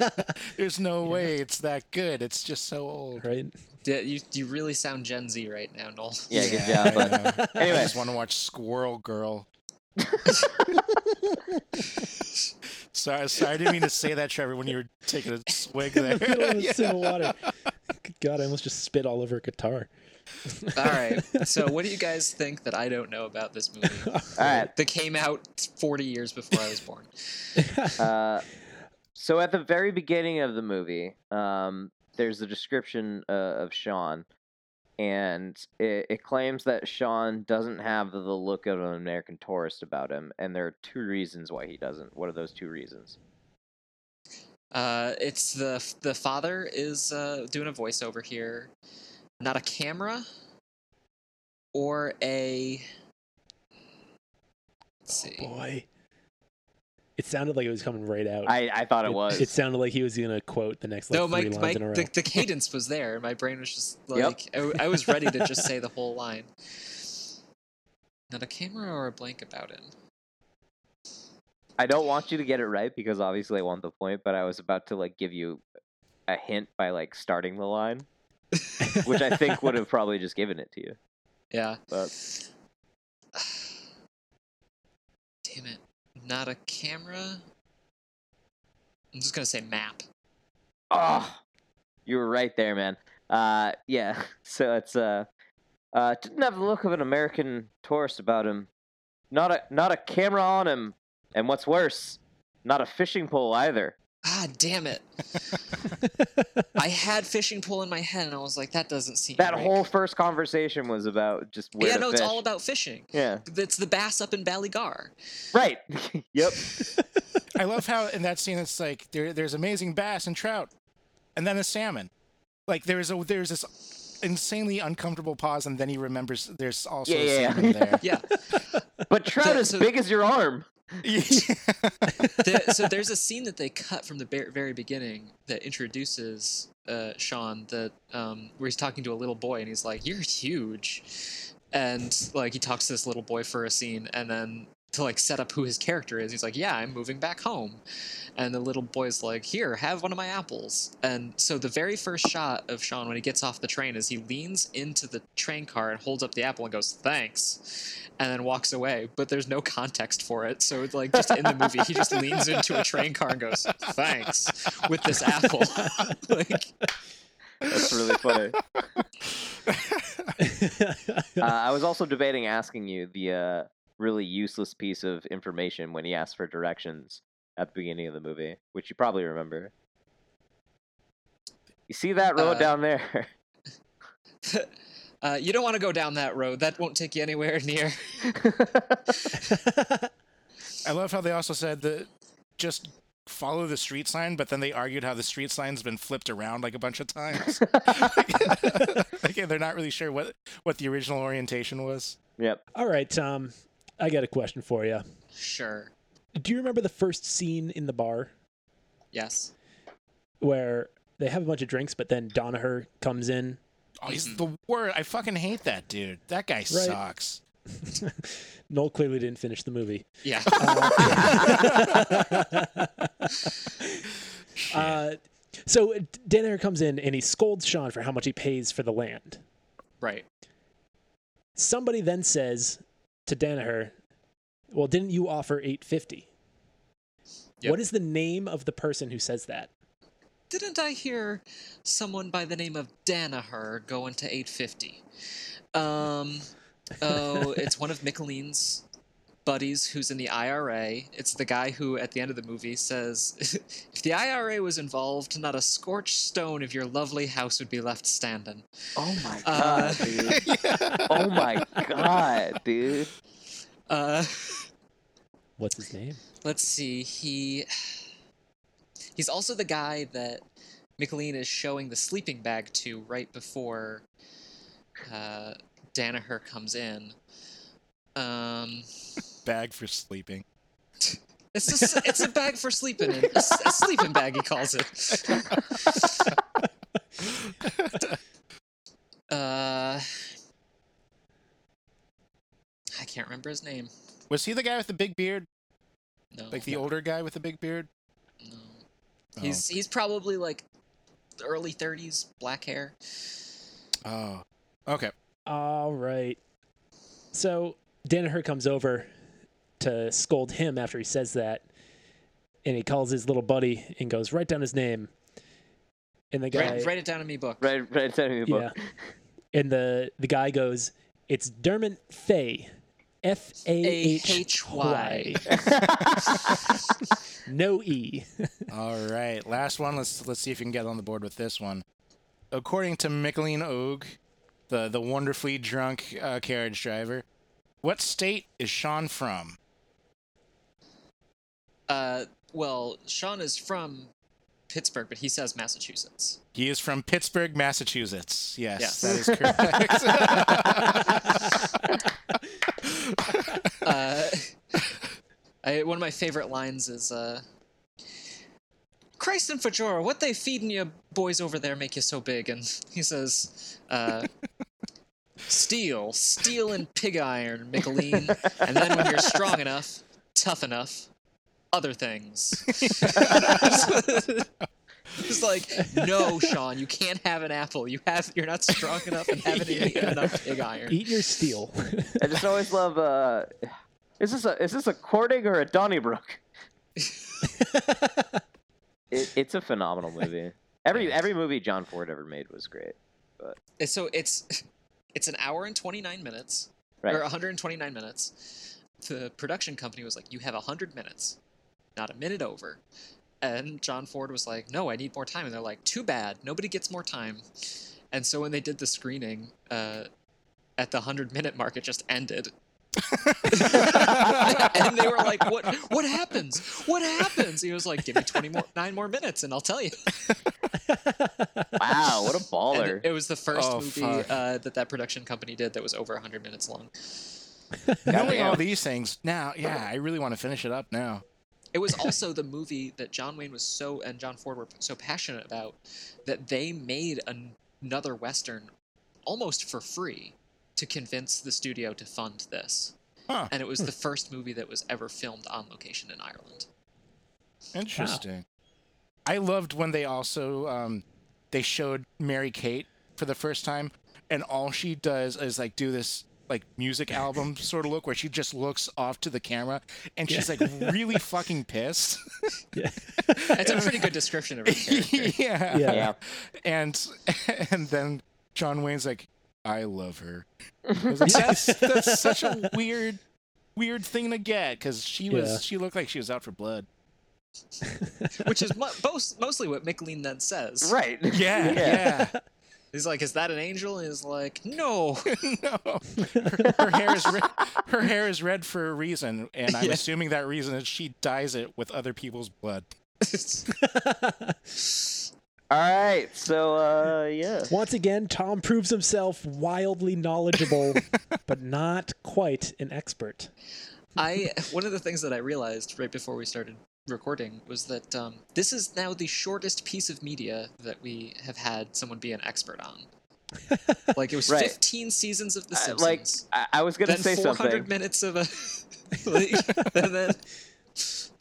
D: There's no way it's that good. It's just so old.
A: right?
C: Yeah, you you really sound Gen Z right now, Noel.
B: Yeah, good
D: Yeah,
B: job. But
D: I know. I
B: anyway,
D: just want to watch Squirrel Girl. sorry, sorry, I didn't mean to say that, Trevor. When you were taking a swig
A: In the middle
D: there,
A: of a sip of water. Good God, I almost just spit all over a guitar.
C: All right. So, what do you guys think that I don't know about this movie
B: all right.
C: that came out 40 years before I was born?
B: Uh, so at the very beginning of the movie, um, there's a description uh, of Sean, and it, it claims that Sean doesn't have the look of an American tourist about him, and there are two reasons why he doesn't. What are those two reasons?
C: Uh, it's the the father is uh, doing a voiceover here, not a camera, or a. Let's see.
A: Boy, it sounded like it was coming right out.
B: I, I thought it was.
A: It sounded like he was gonna quote the next like
C: no,
A: three
C: my,
A: lines
C: my
A: in a row.
C: the, the cadence was there. My brain was just
B: Yep.
C: like I, I was ready to just say the whole line. Not a camera or a blank about him.
B: I don't want you to get it right because obviously I want the point, but I was about to like give you a hint by like starting the line, which I think would have probably just given it to you.
C: Yeah.
B: But
C: Damn it. Not a camera. I'm just gonna say map.
B: Oh, you were right there, man. Uh, yeah. So it's uh, uh, didn't have the look of an American tourist about him. Not a not a camera on him, and what's worse, not a fishing pole either.
C: Ah, damn it! I had fishing pole in my head, and I was like, that doesn't seem
B: That
C: right.
B: whole first conversation was about just where
C: yeah,
B: to
C: no, it's
B: fish.
C: all about fishing.
B: Yeah.
C: It's the bass up in Ballygar.
B: Right. yep.
D: I love how in that scene it's like there, there's amazing bass and trout, and then a salmon. Like there's a there's this insanely uncomfortable pause, and then he remembers there's also
B: Yeah, yeah,
D: a salmon there.
C: Yeah.
B: But trout
C: So-
B: as
C: so-
B: big as your arm.
C: There- so there's a scene that they cut from the be- very beginning that introduces uh, Sean that um, where he's talking to a little boy and he's like, "You're huge," and like he talks to this little boy for a scene and then to like set up who his character is. He's like, "Yeah, I'm moving back home," and the little boy's like, "Here, have one of my apples." And so the very first shot of Sean when he gets off the train is he leans into the train car and holds up the apple and goes, "Thanks." and then walks away. But there's no context for it, so it's like just in the movie, he just leans into a train car and goes, "Thanks," with this apple. like,
B: That's really funny. uh, I was also debating asking you the uh, really useless piece of information when he asked for directions at the beginning of the movie, which you probably remember. You see that road
C: Uh,
B: down there?
C: uh, you don't want to go down that road. That won't take you anywhere near.
D: I love how they also said that just follow the street sign, but then they argued how the street sign's been flipped around like a bunch of times. Again, they're not really sure what what the original orientation was.
B: yep.
A: All right, Tom, I got a question for you.
C: Sure.
A: Do you remember the first scene in the bar
C: Yes.
A: where they have a bunch of drinks, but then Donaher comes in?
D: Oh, he's
C: Mm-hmm.
D: the worst. I fucking hate that dude. That guy sucks.
A: Noel clearly didn't finish the movie.
C: Yeah.
A: Uh, so Danaher comes in and he scolds Sean for how much he pays for the land.
C: right.
A: Somebody then says to Danaher, "Well, didn't you offer 850?"
C: Yep.
A: What is the name of the person who says that?
C: Didn't I hear someone by the name of Danaher go into 850? Um. Oh, it's one of Micheline's buddies who's in the IRA. It's the guy who, at the end of the movie, says, "If the IRA was involved, not a scorched stone of your lovely house would be left standing."
B: Oh my
C: Uh,
B: god, dude. Oh my god, dude.
C: Uh,
A: What's his name?
C: let's see. He he's also the guy that Micheline is showing the sleeping bag to right before uh, Danaher comes in. Um,
D: Bag for sleeping.
C: It's a, s- it's a bag for sleeping in. A, s- a sleeping bag, he calls it. Uh, I can't remember his name.
D: Was he the guy with the big beard?
C: No,
D: Like the
C: no.
D: older guy with the big beard? Oh.
C: He's he's probably like early thirties, black hair.
D: Oh. Okay.
A: All right. So Danaher comes over to scold him after he says that, and he calls his little buddy and goes, "Write down his name." And the guy,
C: Write, write it down in me book.
B: Right, right in front of me,
A: yeah,
B: book.
A: and the the guy goes, "It's Dermot Fay, F A H Y, no E."
D: All right. Last one. Let's let's see if you can get on the board with this one. According to Micheline Oog, the the wonderfully drunk uh, carriage driver, what state is Sean from?
C: Uh, well, Sean is from Pittsburgh, but he says Massachusetts.
D: He is from Pittsburgh, Massachusetts. Yes,
C: Yes.
D: that is correct.
C: uh, I, one of my favorite lines is uh, Christ and Fajora, what they feeding you boys over there make you so big? And he says, uh, steel, steel and pig iron, Micheline. And then when you're strong enough, tough enough, other things. It's like, no, Sean, you can't have an apple. You have, you're not strong enough and haven't eaten enough pig iron.
A: Eat your steel.
B: I just always love uh is this a is this a Cordig or a Donnybrook? it, it's a phenomenal movie. Every every movie John Ford ever made was great.
C: And so it's it's an hour and 29 minutes
B: Right.
C: or 129 minutes the production company was like you have 100 minutes not a minute over And John Ford was like, "No, I need more time." And they're like, "Too bad, nobody gets more time." And so when they did the screening, uh, at the hundred minute mark, it just ended. and they were like, "What? What happens? What happens?" He was like, "Give me twenty more, nine more minutes, and I'll tell you."
B: Wow, what a
C: And
B: baller.
C: it was the first
D: Oh,
C: movie
D: fuck.
C: uh, that that production company did that was over hundred minutes long.
D: Knowing all
B: Goddamn.
D: these things now, yeah, I really want to finish it up now.
C: It was also the movie that John Wayne was so and John Ford were so passionate about that they made an- another western almost for free to convince the studio to fund this.
D: Huh.
C: And it was the first movie that was ever filmed on location in Ireland.
D: Interesting. I loved when they also um, they showed Mary Kate for the first time, and all she does is like do this like music album sort of look where she just looks off to the camera and she's like really fucking pissed.
C: That's a pretty good description of her character.
A: Yeah.
D: yeah.
B: yeah.
D: And and then John Wayne's like, I love her. I was like, that's, that's such a weird weird thing to get because she was
A: Yeah.
D: she looked like she was out for blood.
C: Which is mo- most, mostly what Micheline then says.
B: Right.
D: Yeah, yeah.
C: He's like, Is that an angel? And he's like, No.
D: no. Her, her hair is red. Her hair is red for a reason, and I'm
C: Yeah.
D: assuming that reason is she dyes it with other people's blood.
B: All right. So, uh, yeah.
A: Once again, Tom proves himself wildly knowledgeable, but not quite an expert.
C: I one of the things that I realized right before we started recording was that um, this is now the shortest piece of media that we have had someone be an expert on. Like it was
B: Right.
C: 15 seasons of The
B: I- like,
C: Simpsons,
B: I, I was gonna
C: then
B: say
C: 400
B: something.
C: minutes of a, like, and then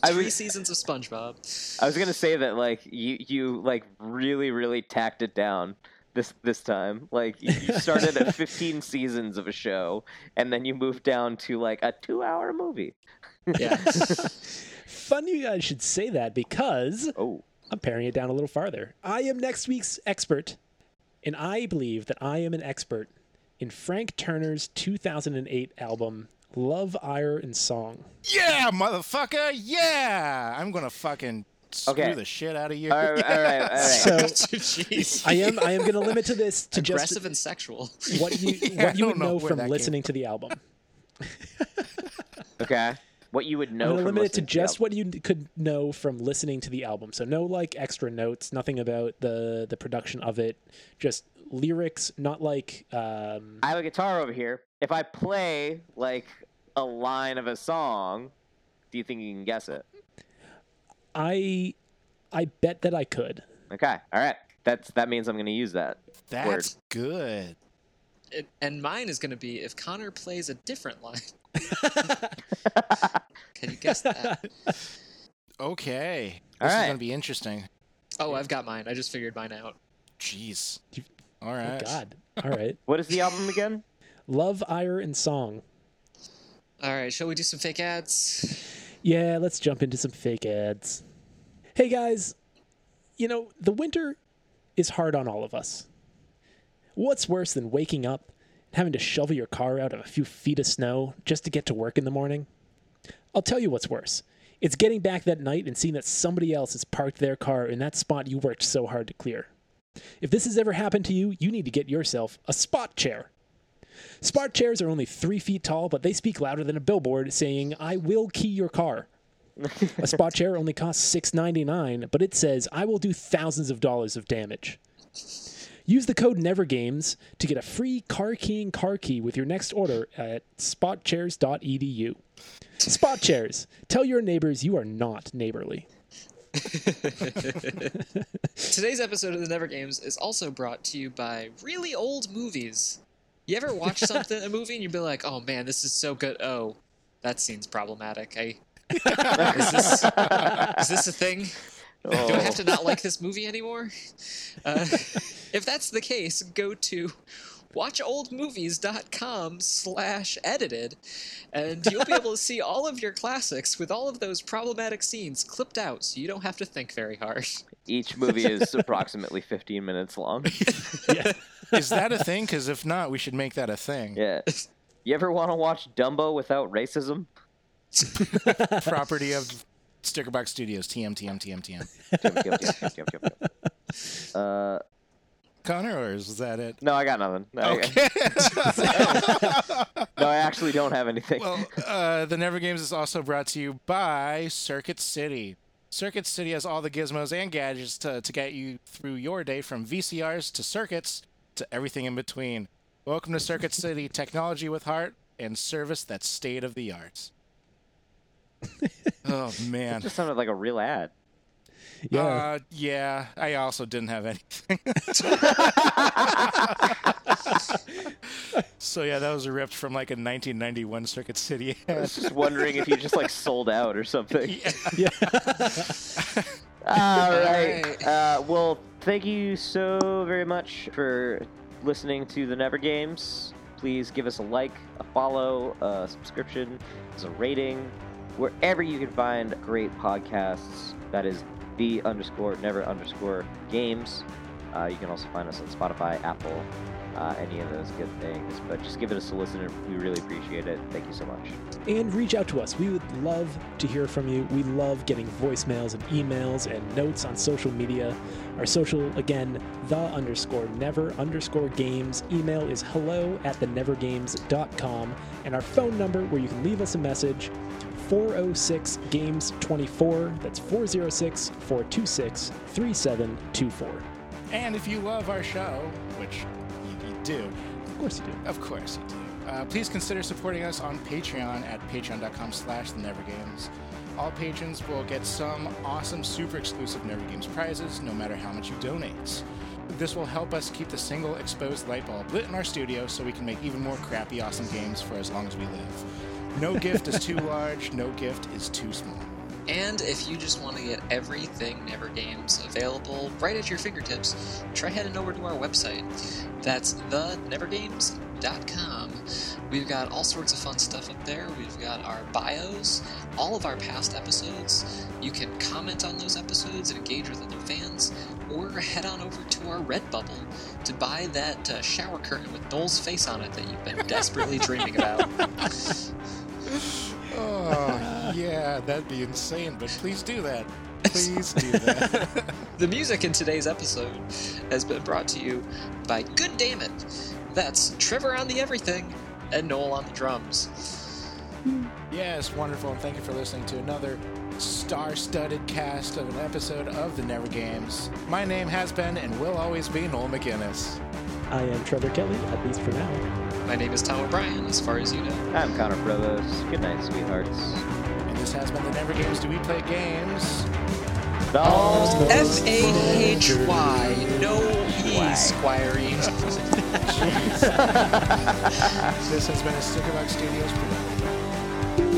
B: I
C: three
B: was-
C: seasons of SpongeBob.
B: I was gonna say that like you you like really really tacked it down this this time. Like you you started at 15 seasons of a show, and then you moved down to like a two hour movie.
C: Yeah,
A: Fun you guys should say that because
B: Oh,
A: I'm paring it down a little farther. I am next week's expert, and I believe that I am an expert in Frank Turner's 2008 album, Love, Ire, and Song.
D: Yeah, motherfucker. Yeah, I'm gonna fucking screw
B: Okay.
D: the shit out of you.
B: all right, all right, all right.
A: So
C: jeez,
A: I am I am going to limit to this to just
C: aggressive and sexual.
A: what you
D: Yeah,
A: what you
D: I
A: would
D: don't know
A: know
D: where
A: from
D: that came
A: listening to the album.
B: Okay. What you would
A: I'm
B: know
A: gonna
B: from
A: limit it to
B: listening the
A: just
B: album.
A: what you n- could know from listening to the album. So no like extra notes, nothing about the the production of it, just lyrics, not like um
B: I have a guitar over here. If I play like a line of a song, do you think you can guess it?
A: I I bet that I could.
B: Okay. All right. That's that means I'm gonna use that.
D: That's good.
C: It- and mine is going to be if Connor plays a different line. Can you guess that?
D: Okay.
B: All
D: this
B: right.
D: is gonna be interesting.
C: Oh, I've got mine. I just figured mine out.
D: Jeez.
A: You-
D: All
A: Oh
D: right.
A: god. All right.
B: What is the album again?
A: Love, ire and song.
C: All right, shall we do some fake ads?
A: Yeah, let's jump into some fake ads. Hey guys, you know, the winter is hard on all of us. What's worse than waking up and having to shovel your car out of a few feet of snow just to get to work in the morning? I'll tell you what's worse. It's getting back that night and seeing that somebody else has parked their car in that spot you worked so hard to clear. If this has ever happened to you, you need to get yourself a spot chair. Spot chairs are only three feet tall, but they speak louder than a billboard saying, I will key your car. a spot chair only costs six ninety nine, but it says, I will do thousands of dollars of damage. Use the code NEVERGAMES to get a free car keying car key with your next order at spotchairs.edu. Spot chairs. Tell your neighbors you are not neighborly.
C: Today's episode of the Never Games is also brought to you by really old movies. You ever watch something, a movie, and you'd be like, "Oh man, this is so good." Oh, that seems problematic. I is this is this a thing? Do
B: Oh,
C: I have to not like this movie anymore? Uh, if that's the case, go to watcholdmovies.com slash edited and you'll be able to see all of your classics with all of those problematic scenes clipped out so you don't have to think very hard.
B: Each movie is approximately 15 minutes long.
A: Yeah.
D: Is that a thing? Because if not, we should make that a thing.
B: Yeah. You ever want to watch Dumbo without racism?
D: Property of Stickerbox Studios. TM, TM, TM, TM.
B: Jump, jump, jump, jump, jump, jump, jump. Uh,
D: Connor, or is that it?
B: no, I got nothing. No, I-
D: Okay.
B: no, I actually don't have anything.
D: well, uh, the Never Games is also brought to you by Circuit City. Circuit City has all the gizmos and gadgets to, to get you through your day from VCRs to circuits to everything in between. Welcome to Circuit City, technology with heart and service that's state of the art. oh, man.
B: just sounded like a real ad.
A: Yeah.
D: Uh, yeah, I also didn't have anything. so yeah, that was ripped from like a 1991 Circuit City.
B: I was just wondering if you just like sold out or something. All right.
C: Alright.
B: Uh, well, thank you so very much for listening to the Never Games. Please give us a like, a follow, a subscription, as a rating, wherever you can find great podcasts. That is the underscore never underscore games. Uh, you can also find us on Spotify, Apple, uh, any of those good things. But just give us a listen. We really appreciate it. Thank you so much.
A: and reach out to us. We would love to hear from you. We love getting voicemails and emails and notes on social media. Our social, again, the underscore never underscore games. Email is hello at the nevergames.com. And our phone number, where you can leave us a message, 406 Games 24. That's 406 426 3724.
D: and if you love our show, which you, you do,
A: Of course you do.
D: of course you do, uh, please consider supporting us on Patreon at patreon.com slash the Never Games. All patrons will get some awesome, super exclusive Never Games prizes, no matter how much you donate. This will help us keep the single exposed light bulb lit in our studio so we can make even more crappy, awesome games for as long as we live. No gift is too large, no gift is too small.
C: And if you just want to get everything Never Games available right at your fingertips, try heading over to our website. That's thenevergames.com. We've got all sorts of fun stuff up there. We've got our bios, all of our past episodes. You can comment on those episodes and engage with other fans, or head on over to our Redbubble to buy that uh, shower curtain with Noel's face on it that you've been desperately dreaming about.
D: Oh, yeah, that'd be insane, but please do that. Please do that.
C: The music in today's episode has been brought to you by Good Damn It. That's Trevor on the everything and Noel on the drums.
D: Yes, wonderful, and thank you for listening to another star studded cast of an episode of The Never Games. My name has been and will always be Noel McGinnis.
A: I am Trevor Kelly, at least for now.
C: My name is Tom O'Brien, as far as you know.
B: I'm Connor Provost. Good night, sweethearts.
D: And this has been The Never Games. Do we play games?
B: Dolls.
C: F A H Y, no
B: Why?
C: E, Squirey.
D: This has been a Stickerbox Studios production.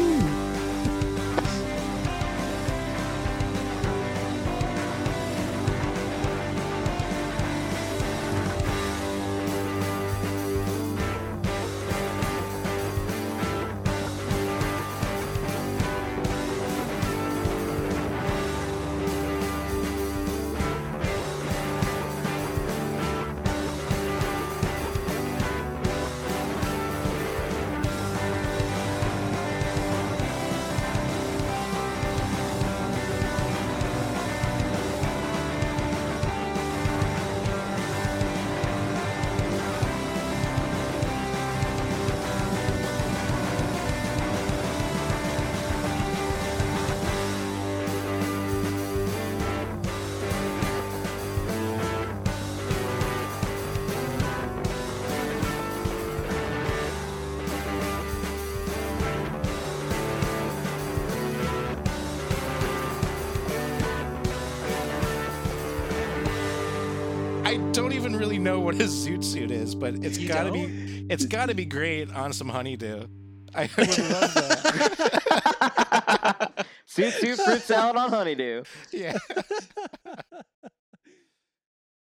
D: I don't even really know what a zoot suit is, but it's
C: You
D: gotta
C: don't?
D: be it's gotta be great on some honeydew. I would love that.
B: Suit, suit, fruit salad on honeydew.
D: yeah.